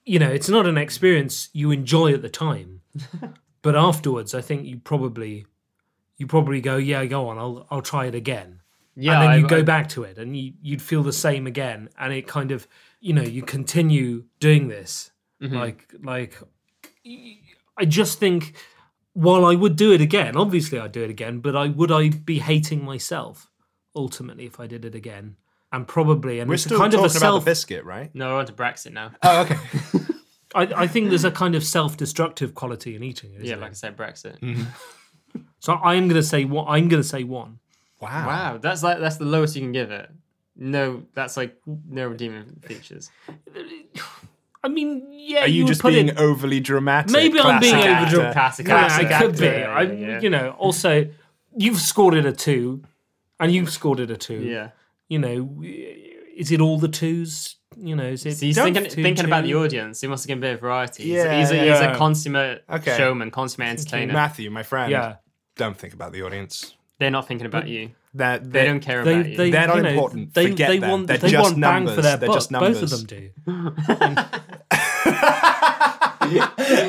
Speaker 5: you know, it's not an experience you enjoy at the time, but afterwards, I think you probably you probably go, yeah, go on, I'll I'll try it again.
Speaker 3: Yeah,
Speaker 5: and then you
Speaker 3: I-
Speaker 5: go
Speaker 3: I-
Speaker 5: back to it, and you, you'd feel the same again, and it kind of you know you continue doing this,
Speaker 3: Mm-hmm.
Speaker 5: like like I just think while I would do it again, obviously I'd do it again, but I would I be hating myself ultimately if I did it again. And probably, and
Speaker 6: We're
Speaker 5: it's a
Speaker 6: still
Speaker 5: kind
Speaker 6: talking
Speaker 5: of a self.
Speaker 6: about the biscuit, right?
Speaker 3: No, we're on to Brexit now.
Speaker 6: Oh, okay.
Speaker 5: I, I think there's a kind of self-destructive quality in eating it. Isn't
Speaker 3: yeah,
Speaker 5: it?
Speaker 3: like I said, Brexit.
Speaker 5: so I'm going to say what I'm going to say one.
Speaker 6: Wow.
Speaker 3: Wow, that's like that's the lowest you can give it. No, that's like no redeeming features.
Speaker 5: I mean, yeah,
Speaker 6: Are you,
Speaker 5: would
Speaker 6: just
Speaker 5: put
Speaker 6: being
Speaker 5: it,
Speaker 6: overly dramatic?
Speaker 5: maybe I'm being
Speaker 6: Classic
Speaker 3: actor.
Speaker 5: overdrawn.
Speaker 3: Classic
Speaker 5: yeah,
Speaker 3: actor.
Speaker 5: I could be.
Speaker 3: Yeah, yeah,
Speaker 5: I'm,
Speaker 3: yeah.
Speaker 5: you know. Also, you've scored it a two, and you've scored it a two.
Speaker 3: Yeah.
Speaker 5: You know, is it all the twos? You know, is it?
Speaker 3: So he's
Speaker 5: Don't
Speaker 3: thinking,
Speaker 5: two,
Speaker 3: thinking about
Speaker 5: two?
Speaker 3: the audience. He wants to get a bit of variety. He's-
Speaker 6: Yeah,
Speaker 3: he's, a, he's
Speaker 6: yeah.
Speaker 3: a consummate
Speaker 6: Okay.
Speaker 3: showman, consummate entertainer.
Speaker 6: Matthew, my friend.
Speaker 5: Yeah.
Speaker 6: Don't think about the audience.
Speaker 3: They're not thinking about you.
Speaker 6: That
Speaker 3: They don't care
Speaker 5: They,
Speaker 3: about you.
Speaker 5: they,
Speaker 6: They're not
Speaker 5: you know,
Speaker 6: important.
Speaker 5: They,
Speaker 6: Forget
Speaker 5: they
Speaker 6: them.
Speaker 5: want,
Speaker 6: They're
Speaker 5: they
Speaker 6: just
Speaker 5: want bang for
Speaker 6: numbers.
Speaker 5: their
Speaker 6: They're
Speaker 5: buck.
Speaker 6: just
Speaker 5: Both
Speaker 6: numbers.
Speaker 5: of them do.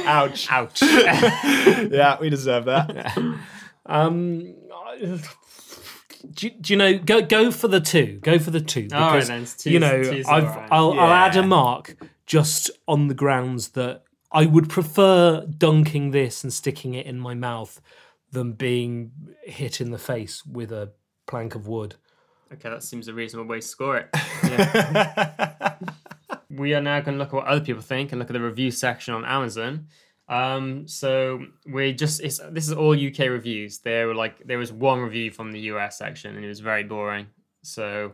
Speaker 6: Ouch.
Speaker 3: Ouch.
Speaker 6: Yeah, we deserve that.
Speaker 5: Um, do, do you know? Go go for the two. Go for the two.
Speaker 3: All right,
Speaker 5: because,
Speaker 3: then, it's
Speaker 5: you
Speaker 3: two's-
Speaker 5: know,
Speaker 3: two's all
Speaker 5: I've,
Speaker 3: right.
Speaker 5: I'll I'll add a
Speaker 6: Yeah.
Speaker 5: mark just on the grounds that I would prefer dunking this and sticking it in my mouth than being hit in the face with a plank of wood.
Speaker 3: okay, that seems a reasonable way to score it. we are now going to look at what other people think and look at the review section on Amazon. Um, so we just it's this is all UK reviews. There were like there was one review from the US section and it was very boring. So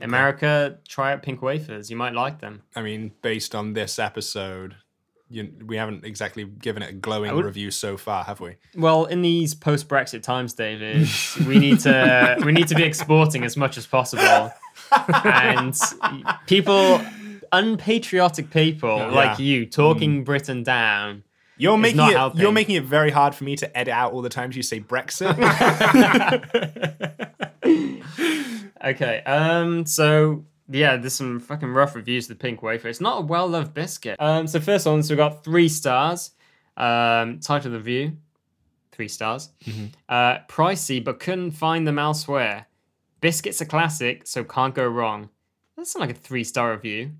Speaker 3: America, try out pink wafers. You might like them.
Speaker 6: I mean, based on this episode, you, we haven't exactly given it a glowing review so far, have we?
Speaker 3: Well, in these post Brexit times, David, we need to we need to be exporting as much as possible, and people unpatriotic people like you talking Britain down.
Speaker 6: You're making
Speaker 3: not
Speaker 6: it.
Speaker 3: helping.
Speaker 6: You're making it very hard for me to edit out all the times you say Brexit.
Speaker 3: Okay, um, so yeah, there's some fucking rough reviews of the Pink Wafer. It's not a well loved biscuit. Um, so first one, so we got three stars. Um, title of the review, three stars.
Speaker 6: Mm-hmm.
Speaker 3: Uh, pricey, but couldn't find them elsewhere. Biscuits are classic, so can't go wrong. That's not like a three star review.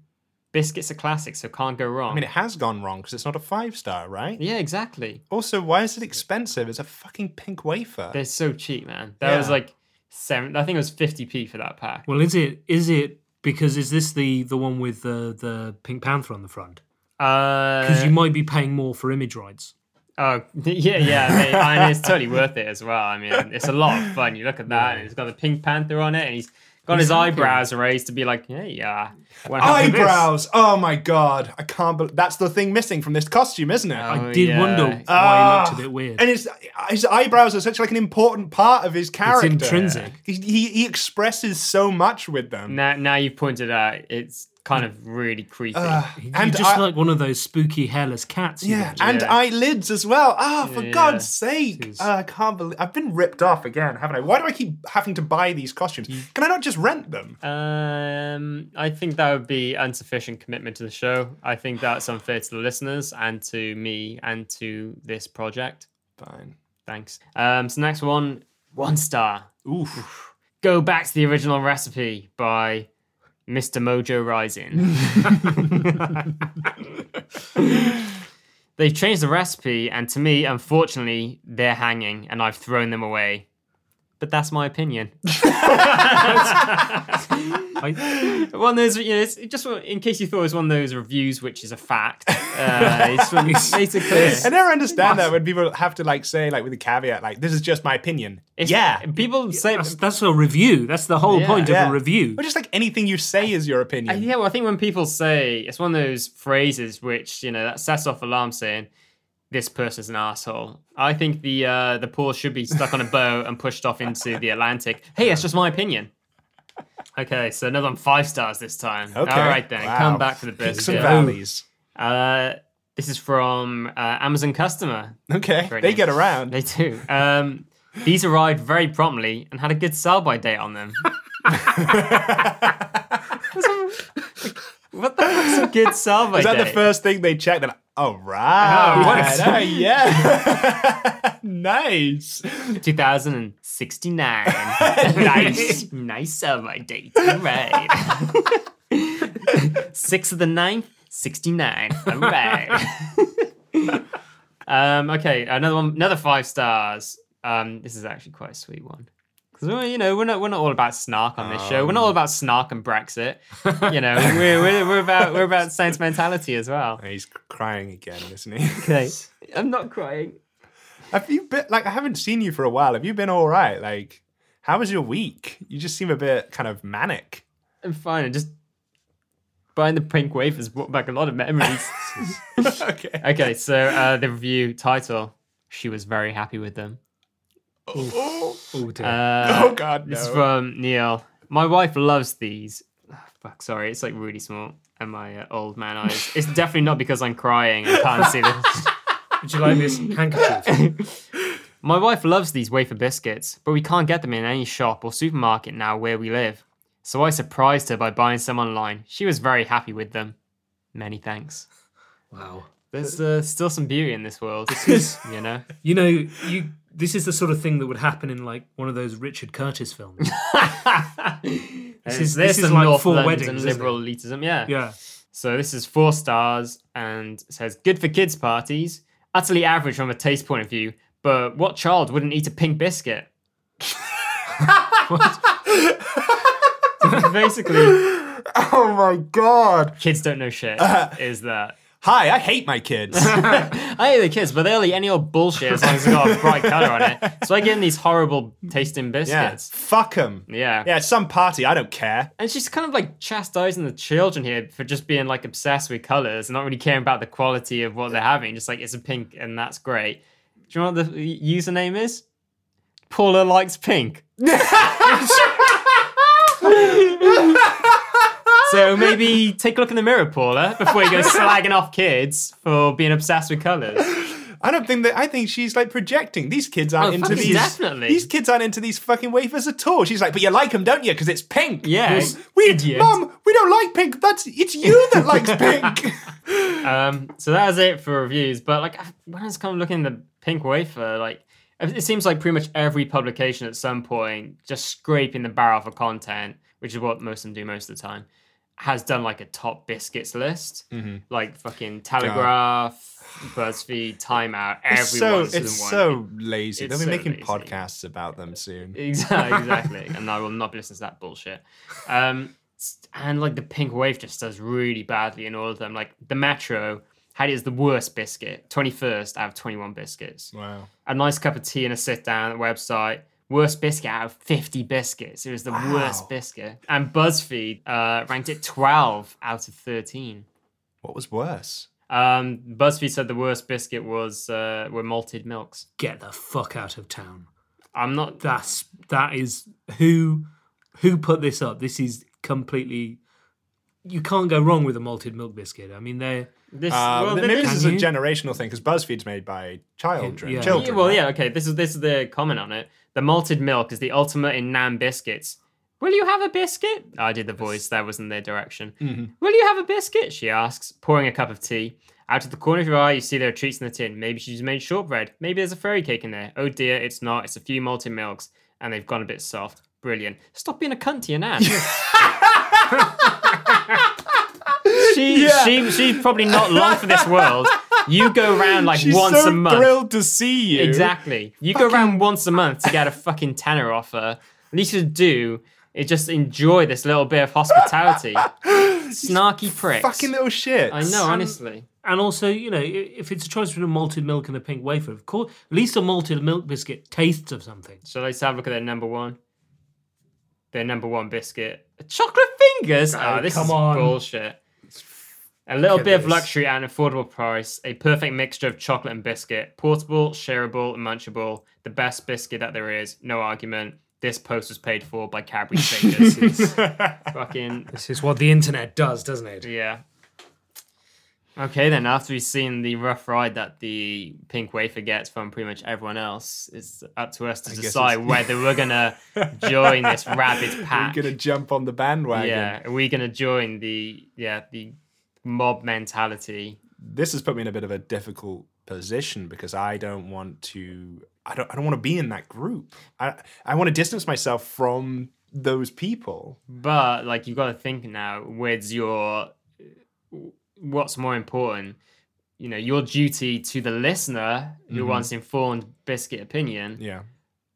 Speaker 3: Biscuits are classic, so can't go wrong.
Speaker 6: I mean, it has gone wrong because it's not a five star, right?
Speaker 3: yeah, exactly.
Speaker 6: Also, why is it expensive? It's a fucking pink wafer.
Speaker 3: They're so cheap, man. That was
Speaker 6: Yeah.
Speaker 3: like seven. I think it was fifty p for that pack.
Speaker 5: Well, is it? Is it because is this the the one with the the Pink Panther on the front?
Speaker 3: Uh,
Speaker 5: Because you might be paying more for image rights.
Speaker 3: Oh yeah, yeah, mate. and it's totally worth it as well. I mean, it's a lot of fun. You look at that, and it's got the Pink Panther on it, and he's got his eyebrows raised to be like, yeah, yeah. what happened to this?
Speaker 6: Eyebrows. Oh my god, I can't believe that's the thing missing from this costume, isn't it?
Speaker 3: Oh,
Speaker 5: I did
Speaker 3: yeah.
Speaker 5: wonder why it
Speaker 6: Ah,
Speaker 5: looked a bit weird.
Speaker 6: And his his eyebrows are such like an important part of his character.
Speaker 5: intrinsic.
Speaker 6: He, he, he expresses so much with them.
Speaker 3: Now, now you've pointed out, it's kind of really creepy.
Speaker 5: You're
Speaker 6: and
Speaker 5: just
Speaker 6: I-
Speaker 5: like one of those spooky hairless cats. you
Speaker 6: yeah,
Speaker 5: know.
Speaker 6: and
Speaker 3: Yeah.
Speaker 6: eyelids as well. Ah, for
Speaker 3: Yeah.
Speaker 6: God's sake! Ah, I can't believe I've been ripped off again, haven't I? Why do I keep having to buy these costumes? Can I not just rent them?
Speaker 3: um, I think that would be insufficient commitment to the show. I think that's unfair to the listeners and to me and to this project.
Speaker 6: Fine.
Speaker 3: Thanks. Um, so next one, one star.
Speaker 6: Oof.
Speaker 3: Go back to the original recipe by Mr. Mojo Rising. They've changed the recipe, and to me, unfortunately, they're hanging, and I've thrown them away. But that's my opinion.
Speaker 5: I-
Speaker 3: one of those, you know, it's just in case you thought it was one of those reviews, which is a fact. Uh, it's from
Speaker 6: I
Speaker 3: basically.
Speaker 6: never understand that when people have to like say like with a caveat like this is just my opinion. yeah.
Speaker 3: people say
Speaker 5: that's, that's a review. That's the whole
Speaker 3: Yeah.
Speaker 5: point
Speaker 6: Yeah.
Speaker 5: of a review.
Speaker 6: Or just like anything you say is your
Speaker 3: Uh,
Speaker 6: opinion.
Speaker 3: yeah, well, I think when people say it's one of those phrases which you know that sets off alarm saying this person's an asshole. I think the uh, the paw should be stuck on a bow and pushed off into the Atlantic. Hey, that's just my opinion. Okay, so another one five stars this time.
Speaker 6: Okay.
Speaker 3: All right then,
Speaker 6: Wow.
Speaker 3: come back for the best.
Speaker 6: Peaks and valleys.
Speaker 3: Uh, this is from uh, Amazon customer.
Speaker 6: Okay,
Speaker 3: Great
Speaker 6: they
Speaker 3: name.
Speaker 6: get around.
Speaker 3: They do. Um, these arrived very promptly and had a good sell by date on them. what the fuck's a good sell by
Speaker 6: Is that
Speaker 3: date?
Speaker 6: the first thing they check? They're like, oh, right.
Speaker 3: Oh, right.
Speaker 6: Oh, yeah. nice.
Speaker 3: 2069. nice. nice sell by date. All right. Six of the ninth, 69. All right. um, okay, another one, another five stars. Um, this is actually quite a sweet one. Because you know we're not we're not all about snark on this show. We're not all about snark and Brexit. You know we're, we're, we're about we're about sentimentality as well.
Speaker 6: He's crying again, isn't he?
Speaker 3: Okay, I'm not crying.
Speaker 6: Have you been, like, I haven't seen you for a while. Have you been all right? Like, how was your week? You just seem a bit kind of manic.
Speaker 3: I'm fine. I just buying the pink wafers brought back a lot of memories.
Speaker 6: okay.
Speaker 3: okay, so uh, the review title: She was very happy with them.
Speaker 5: Oh, dear.
Speaker 3: Uh,
Speaker 6: Oh, God,
Speaker 3: This is
Speaker 6: no.
Speaker 3: from Neil. My wife loves these. Ah, fuck, sorry, it's like really small. And my uh, old man eyes. It's definitely not because I'm crying. I can't see this.
Speaker 5: Would you like this handkerchief?
Speaker 3: My wife loves these wafer biscuits, but we can't get them in any shop or supermarket now where we live. So I surprised her by buying some online. She was very happy with them. Many thanks.
Speaker 5: wow.
Speaker 3: There's uh, still some beauty in this world, you know.
Speaker 5: You know, you. This is the sort of thing that would happen in like one of those Richard Curtis films.
Speaker 3: this
Speaker 5: is- this is like four weddings,
Speaker 3: and
Speaker 5: isn't it?
Speaker 3: liberal elitism, yeah.
Speaker 5: yeah.
Speaker 3: So this is four stars and says good for kids parties. Utterly average from a taste point of view, but what child wouldn't eat a pink biscuit? Basically,
Speaker 6: Oh, my God.
Speaker 3: kids don't know shit. Is that?
Speaker 6: Hi, I hate my kids.
Speaker 3: I hate the kids, but they'll eat any old bullshit as long as it's got a bright color on it. So I give them these horrible tasting
Speaker 6: yeah.
Speaker 3: biscuits.
Speaker 6: Fuck them.
Speaker 3: Yeah.
Speaker 6: Yeah, it's some party. I don't care.
Speaker 3: And she's kind of like chastising the children here for just being like obsessed with colors and not really caring about the quality of what they're having. Just like it's a pink and that's great. Do you know what the username is? Paula likes pink. So maybe take a look in the mirror, Paula, before you go slagging off kids for being obsessed with colours.
Speaker 6: I don't think that. I think she's like projecting. These kids aren't
Speaker 3: Oh,
Speaker 6: into
Speaker 3: fucking
Speaker 6: these.
Speaker 3: definitely.
Speaker 6: These kids aren't into these fucking wafers at all. She's like, but you like them, don't you? Because it's pink.
Speaker 3: Yeah,
Speaker 6: It's Weird,
Speaker 3: idiot.
Speaker 6: mom. We don't like pink. That's it's you that likes pink.
Speaker 3: Um, so that is it for reviews. But like I- when I was kind of looking at the pink wafer, like it seems like pretty much every publication at some point just scraping the barrel for content, which is what most of them do most of the time, has done like a top biscuits list,
Speaker 6: Mm-hmm.
Speaker 3: like fucking Telegraph, BuzzFeed, Time Out.
Speaker 6: It's so
Speaker 3: everyone's
Speaker 6: it's
Speaker 3: in one.
Speaker 6: so lazy.
Speaker 3: It's
Speaker 6: They'll be
Speaker 3: so
Speaker 6: making
Speaker 3: lazy.
Speaker 6: podcasts about them soon.
Speaker 3: Exactly, exactly. and I will not be listening to that bullshit. Um, s- and like the pink wave just does really badly in all of them. Like the Metro had it as the worst biscuit, twenty first out of twenty one biscuits.
Speaker 6: wow.
Speaker 3: A nice cup of tea and a sit down at the website. Worst biscuit out of fifty biscuits. It was the worst biscuit. And BuzzFeed uh, ranked it twelve out of thirteen.
Speaker 6: What was worse?
Speaker 3: Um, BuzzFeed said the worst biscuit was uh, were malted milks.
Speaker 5: Get the fuck out of town.
Speaker 3: I'm not
Speaker 5: That's that is who who put this up. This is completely. You can't go wrong with a malted milk biscuit. I mean, they're
Speaker 3: this.
Speaker 6: Uh,
Speaker 3: well,
Speaker 6: th-
Speaker 3: they-
Speaker 6: maybe this is a
Speaker 5: you?
Speaker 6: generational thing because BuzzFeed's made by children.
Speaker 5: Yeah.
Speaker 6: Children.
Speaker 3: Yeah, well, yeah, okay. This is this is the comment on it. The malted milk is the ultimate in Nam biscuits. Will you have a biscuit? I did the voice. That was in their direction.
Speaker 6: Mm-hmm.
Speaker 3: Will you have a biscuit? She asks, pouring a cup of tea. Out of the corner of your eye, you see there are treats in the tin. Maybe she's made shortbread. Maybe there's a fairy cake in there. Oh dear, it's not. It's a few malted milks, and they've gone a bit soft. Brilliant. Stop being a cunt to your nan. she, she, she's probably not long for this world. You go round like
Speaker 6: She's
Speaker 3: once
Speaker 6: so
Speaker 3: a month.
Speaker 6: thrilled to see you.
Speaker 3: Exactly. You go around once a month to get a fucking tenner off her. At least you do is just enjoy this little bit of hospitality. Snarky pricks.
Speaker 6: Fucking little shit.
Speaker 3: I know, honestly.
Speaker 5: and also you know i- if it's a choice between a malted milk and a pink wafer, of course, at least a malted milk biscuit tastes of something.
Speaker 3: So let's have a look at their number one. Their number one biscuit. Chocolate fingers? Oh, this
Speaker 5: come
Speaker 3: is
Speaker 5: on.
Speaker 3: bullshit. A little
Speaker 6: at
Speaker 3: bit of
Speaker 6: this.
Speaker 3: luxury at an affordable price. A perfect mixture of chocolate and biscuit. Portable, shareable, and munchable. The best biscuit that there is. No argument. This post was paid for by Cadbury Fingers. Fucking
Speaker 5: This is what the internet does, doesn't it?
Speaker 3: Yeah. Okay, then after we've seen the rough ride that the pink wafer gets from pretty much everyone else, it's up to us to
Speaker 6: guess
Speaker 3: decide
Speaker 6: it's-
Speaker 3: whether we're gonna join this rabid
Speaker 6: We're
Speaker 3: pack.
Speaker 6: gonna jump on the bandwagon.
Speaker 3: yeah, are we gonna join the yeah the mob mentality?
Speaker 6: This has put me in a bit of a difficult position because I don't want to. I don't. I don't want to be in that group. I. I want to distance myself from those people.
Speaker 3: But like, you got to think now. Where's your what's more important? You know, your duty to the listener who
Speaker 6: Mm-hmm.
Speaker 3: wants informed biscuit opinion.
Speaker 6: Yeah.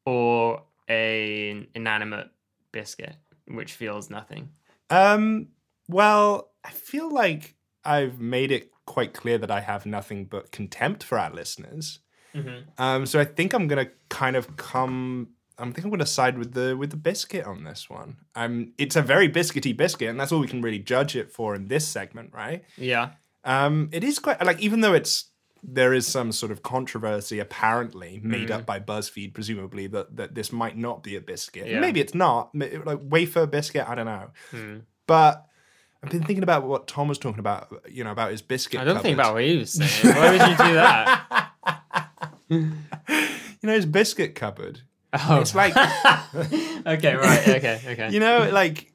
Speaker 3: or an inanimate biscuit, which feels nothing.
Speaker 6: Um. Well, I feel like I've made it quite clear that I have nothing but contempt for our listeners. Um. So I think I'm gonna kind of come. I think I'm gonna side with the with the biscuit on this one. Um. It's a very biscuity biscuit, and that's all we can really judge it for in this segment, right?
Speaker 3: Yeah.
Speaker 6: Um, it is quite like even though it's there is some sort of controversy
Speaker 3: Mm.
Speaker 6: apparently made up by BuzzFeed, presumably that that this might not be a biscuit.
Speaker 3: Yeah. Hmm.
Speaker 6: Maybe it's not Ma- like wafer biscuit. I don't know. But I've been thinking about what Tom was talking about. You know about his biscuit.
Speaker 3: I don't think
Speaker 6: cupboard.
Speaker 3: about what he was saying. Why would you do that?
Speaker 6: you know his biscuit cupboard.
Speaker 3: Oh.
Speaker 6: It's like
Speaker 3: okay, right. Okay, okay.
Speaker 6: you know like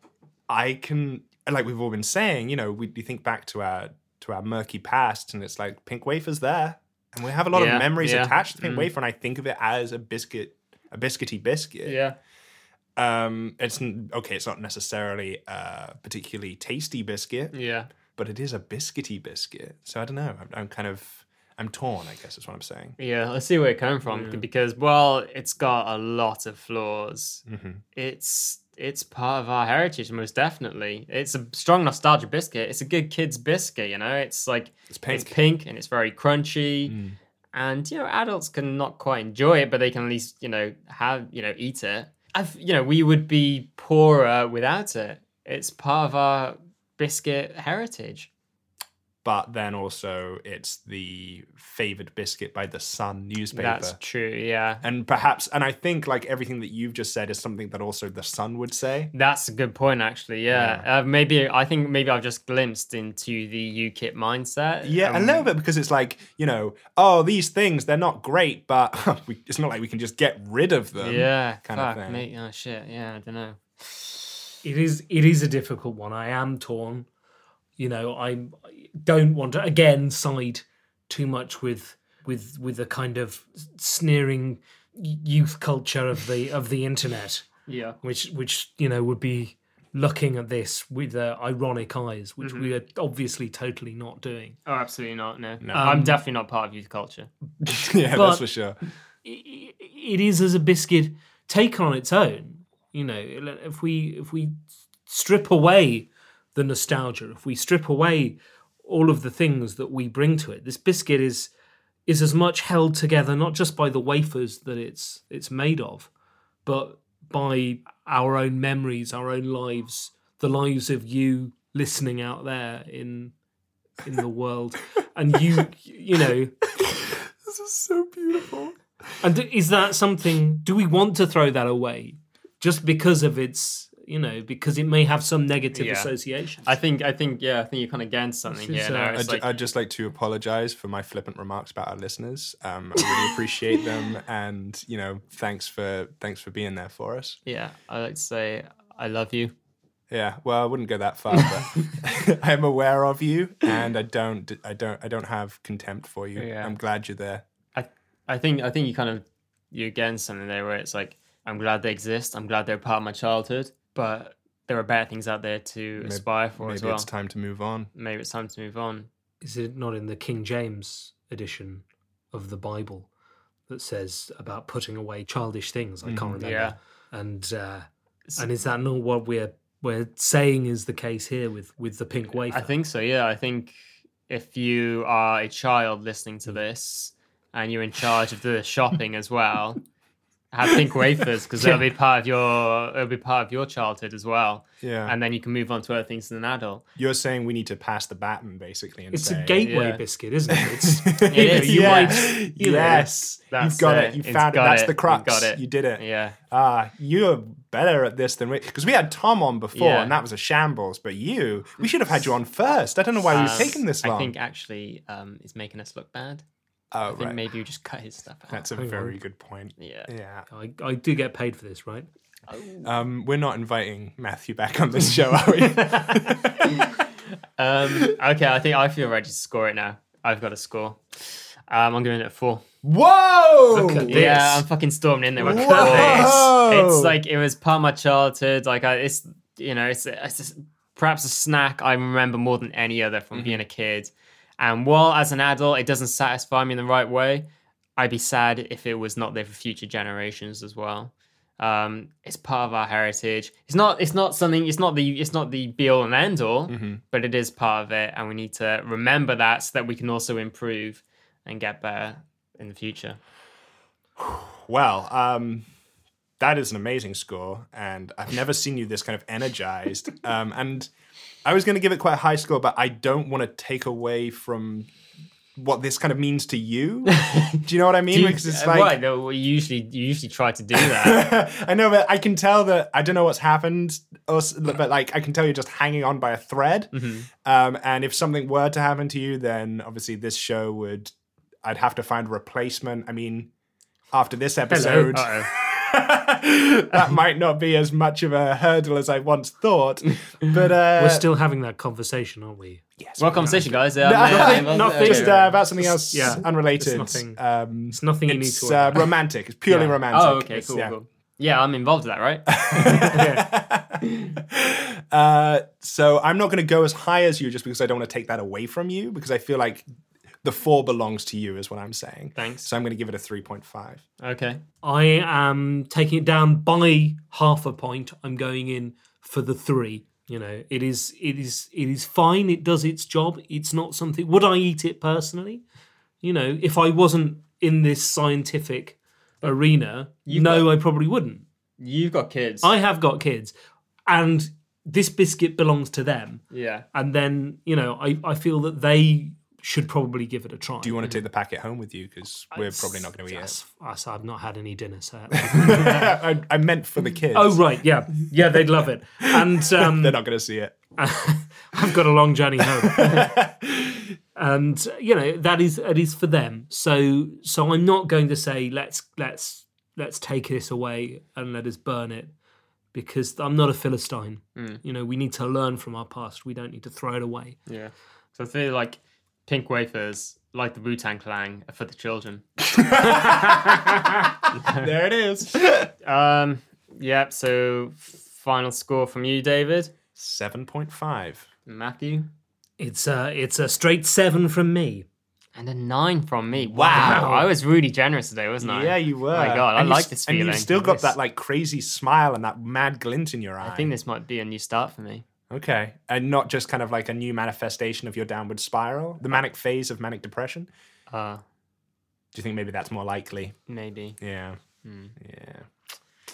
Speaker 6: I can like we've all been saying. You know we, we think back to our to our murky past, and it's like pink wafers there, and we have a lot
Speaker 3: Yeah,
Speaker 6: of memories
Speaker 3: yeah. Mm.
Speaker 6: attached to pink wafer, and I think of it as a biscuit. A biscuity biscuit.
Speaker 3: yeah.
Speaker 6: Um, it's n- okay. It's not necessarily a particularly tasty biscuit,
Speaker 3: Yeah.
Speaker 6: but it is a biscuity biscuit. So I don't know. I'm, I'm kind of I'm torn. I guess is what I'm saying.
Speaker 3: Yeah. Let's see where it came from because, well, it's got a lot of flaws. It's. It's part of our heritage, most definitely. It's a strong nostalgia biscuit. It's a good kid's biscuit, you know. It's like it's
Speaker 6: pink.
Speaker 3: and it's very crunchy. and you know adults can not quite enjoy it but they can at least you know have you know eat it i've you know we would be poorer without it it's part of our biscuit heritage
Speaker 6: but then also it's the favored biscuit by the Sun newspaper.
Speaker 3: That's true, yeah.
Speaker 6: and perhaps, and I think like everything that you've just said is something that also the Sun would say.
Speaker 3: That's a good point, actually. Yeah, Uh, maybe I think maybe I've just glimpsed into the UKIP mindset. Um,
Speaker 6: Yeah, a little bit because it's like you know, oh, these things they're not great, but we, it's not like we can just get rid of them.
Speaker 3: yeah,
Speaker 6: kind
Speaker 3: fuck,
Speaker 6: of thing.
Speaker 3: mate, oh shit, yeah, I don't know.
Speaker 5: it is it is a difficult one. I am torn. You know, I don't want to again side too much with with with the kind of sneering youth culture of the of the internet,
Speaker 3: Yeah,
Speaker 5: which which you know would be looking at this with uh, ironic eyes, which we are obviously totally not doing.
Speaker 3: oh, absolutely not. No, Um, I'm definitely not part of youth culture.
Speaker 6: yeah,
Speaker 5: But-
Speaker 6: that's for sure.
Speaker 5: i- it is as a biscuit take on its own. You know, if we if we strip away the nostalgia, if we strip away all of the things that we bring to it, this biscuit is is as much held together not just by the wafers that it's it's made of, but by our own memories, our own lives, the lives of you listening out there in in the world, and you you know
Speaker 6: So beautiful.
Speaker 5: and d- is that something? Do we want to throw that away just because of its, you know, because it may have some negative
Speaker 3: Yeah.
Speaker 5: associations?
Speaker 3: I think, I think, yeah, I think you're kind of getting something here.
Speaker 5: This is,
Speaker 3: now.
Speaker 5: uh,
Speaker 6: I'd,
Speaker 3: It's like,
Speaker 6: I'd just like to apologize for my flippant remarks about our listeners. Um, I really appreciate them, and you know, thanks for thanks for being there for us.
Speaker 3: yeah, I like to say I love you.
Speaker 6: Yeah, well, I wouldn't go that far, but I'm aware of you, and I don't, I don't, I don't have contempt for you.
Speaker 3: Yeah.
Speaker 6: I'm glad you're there.
Speaker 3: I, I think, I think you kind of you're getting something there where it's like I'm glad they exist. I'm glad they're part of my childhood, but there are better things out there to aspire for
Speaker 6: Maybe
Speaker 3: as well.
Speaker 6: it's time to move on.
Speaker 3: Maybe it's time to move on.
Speaker 5: is it not in the King James edition of the Bible that says about putting away childish things? I can't remember.
Speaker 3: Mm, yeah.
Speaker 5: And uh, and is that not what we're we're saying is the case here with with the pink wafer?
Speaker 3: I think so. Yeah, I think if you are a child listening to this and you're in charge of the shopping as well, have pink wafers because they'll be part of your it'll be part of your childhood as well.
Speaker 6: Yeah.
Speaker 3: and then you can move on to other things as an adult.
Speaker 6: You're saying we need to pass the baton, basically, and
Speaker 5: it's
Speaker 6: say,
Speaker 5: a gateway
Speaker 3: yeah.
Speaker 5: biscuit, isn't it? It's,
Speaker 3: It is.
Speaker 5: you
Speaker 6: yeah.
Speaker 5: might- you know,
Speaker 6: yes,
Speaker 3: That's
Speaker 6: you've got it.
Speaker 3: it.
Speaker 6: You
Speaker 3: It's
Speaker 6: found it.
Speaker 3: got
Speaker 6: That's
Speaker 3: it.
Speaker 6: the
Speaker 3: You've
Speaker 6: crux.
Speaker 3: got it.
Speaker 6: You did it.
Speaker 3: Yeah.
Speaker 6: Ah, you're better at this than we because we had Tom on before
Speaker 3: Yeah.
Speaker 6: and that was a shambles. But you, we should have had you on first. I don't know why we've
Speaker 3: Um,
Speaker 6: taken this long.
Speaker 3: I think actually um, it's making us look bad. I
Speaker 6: oh,
Speaker 3: think
Speaker 6: right.
Speaker 3: maybe you just cut his stuff out.
Speaker 6: That's a very good point.
Speaker 3: yeah.
Speaker 6: Yeah.
Speaker 5: I, I do get paid for this, right?
Speaker 6: Um, we're not inviting Matthew back on this show, are we?
Speaker 3: Um, okay, I think I feel ready to score it now. I've got a score. Um, I'm giving it a four.
Speaker 6: Whoa!
Speaker 5: Look at this.
Speaker 3: Yeah, I'm fucking storming in there. With
Speaker 6: Look at
Speaker 3: four.
Speaker 6: this.
Speaker 3: It's like it was part of my childhood. Like I, it's you know, it's, it's just perhaps a snack I remember more than any other from being a kid. And while as an adult, it doesn't satisfy me in the right way, I'd be sad if it was not there for future generations as well. Um, it's part of our heritage. It's not. It's not something. It's not the. It's not the be all and end all. But it is part of it, and we need to remember that so that we can also improve and get better in the future.
Speaker 6: Well, um, that is an amazing score, and I've never seen you this kind of energized. Um, and I was going to give it quite a high score, but I don't want to take away from what this kind of means to you. Do you know what I mean?
Speaker 3: Do you-
Speaker 6: because it's
Speaker 3: uh,
Speaker 6: like
Speaker 3: why? No, we usually you usually try to do that.
Speaker 6: I know, but I can tell that I don't know what's happened, or s- but like I can tell you're just hanging on by a thread.
Speaker 3: Mm-hmm.
Speaker 6: Um, and if something were to happen to you, then obviously this show would. I'd have to find a replacement. I mean, after this episode, that might not be as much of a hurdle as I once thought. But uh,
Speaker 5: We're still having that conversation, aren't we?
Speaker 3: well, conversation, guys. Uh,
Speaker 6: nothing,
Speaker 3: I'm-
Speaker 5: nothing.
Speaker 6: just uh, about something else
Speaker 5: yeah,
Speaker 6: unrelated.
Speaker 5: it's nothing-
Speaker 3: uh,
Speaker 6: um,
Speaker 5: It's nothing you need
Speaker 6: it's
Speaker 5: to worry
Speaker 6: uh,
Speaker 5: about.
Speaker 6: romantic. It's purely romantic.
Speaker 3: Oh, okay,
Speaker 6: It's-
Speaker 3: cool,
Speaker 6: yeah.
Speaker 3: cool. Yeah, I'm involved in that, right?
Speaker 6: Uh, so I'm not going to go as high as you just because I don't want to take that away from you because I feel like the four belongs to you is what I'm saying.
Speaker 3: Thanks.
Speaker 6: So I'm going to give it a 3.5.
Speaker 3: okay.
Speaker 5: I am taking it down by half a point. I'm going in for the three. You know, it is it is it is fine. It does its job. It's not something. Would I eat it personally? You know, if I wasn't in this scientific arena, no, I probably wouldn't.
Speaker 3: You've got kids.
Speaker 5: I have got kids, and this biscuit belongs to them.
Speaker 3: Yeah.
Speaker 5: And then, you know, I, I feel that they should probably give it a try.
Speaker 6: Do you want to take the packet home with you? Because we're probably not going to eat it.
Speaker 5: Yes, yes, I've not had any dinner, so.
Speaker 6: I, I meant for the kids.
Speaker 5: oh, right. Yeah. Yeah, they'd love it. And um,
Speaker 6: They're not going to see it.
Speaker 5: I've got a long journey home. and uh, you know that is it is for them. So so I'm not going to say let's let's let's take this away and let us burn it because I'm not a philistine.
Speaker 6: Mm.
Speaker 5: You know we need to learn from our past. We don't need to throw it away.
Speaker 3: Yeah. So I feel like pink wafers, like the Wu Tang Clan, are for the children.
Speaker 6: There it is.
Speaker 3: Um. Yep. So final score from you, David,
Speaker 6: 7.5.
Speaker 3: Matthew,
Speaker 5: It's a it's a straight seven from me.
Speaker 3: and a nine from me. Wow. I was really generous today, wasn't I?
Speaker 6: Yeah, you were.
Speaker 3: Oh my God, I
Speaker 6: And you
Speaker 3: like
Speaker 6: s-
Speaker 3: this
Speaker 6: And
Speaker 3: feeling.
Speaker 6: you still got
Speaker 3: This-
Speaker 6: that like crazy smile and that mad glint in your eye.
Speaker 3: I think this might be a new start for me.
Speaker 6: Okay. And not just kind of like a new manifestation of your downward spiral, the manic phase of manic depression.
Speaker 3: Uh,
Speaker 6: Do you think maybe that's more likely?
Speaker 3: maybe.
Speaker 6: Yeah.
Speaker 3: Hmm.
Speaker 6: Yeah.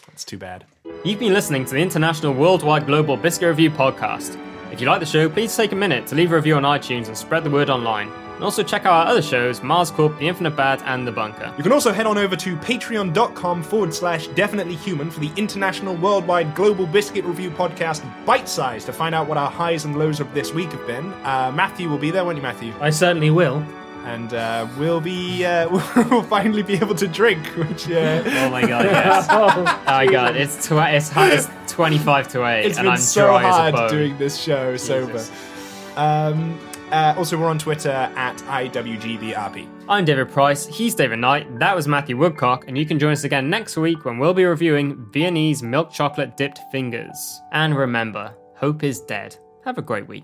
Speaker 6: That's too bad.
Speaker 3: You've been listening to the International Worldwide Global Biscuit Review podcast. If you like the show, please take a minute to leave a review on iTunes and spread the word online. And also check out our other shows, Mars Corp, The Infinite Bad, and The Bunker.
Speaker 6: You can also head on over to patreon.com forward slash definitely human for the international worldwide global biscuit review podcast Bite Size to find out what our highs and lows of this week have been. Uh, Matthew will be there, won't you, Matthew?
Speaker 5: I certainly will.
Speaker 6: And uh, we'll be uh, we'll finally be able to drink, which uh,
Speaker 3: Oh my god, yes. oh my god, it's, tw- it's, hi- it's 25 to 8,
Speaker 6: it's
Speaker 3: and
Speaker 6: been
Speaker 3: I'm
Speaker 6: so
Speaker 3: dry as a
Speaker 6: hard
Speaker 3: bone.
Speaker 6: doing this show sober. Um, uh, also, we're on Twitter at IWGBRP.
Speaker 3: I'm David Price, he's David Knight, that was Matthew Woodcock, and you can join us again next week when we'll be reviewing Viennese milk chocolate dipped fingers. And remember, hope is dead. Have a great week.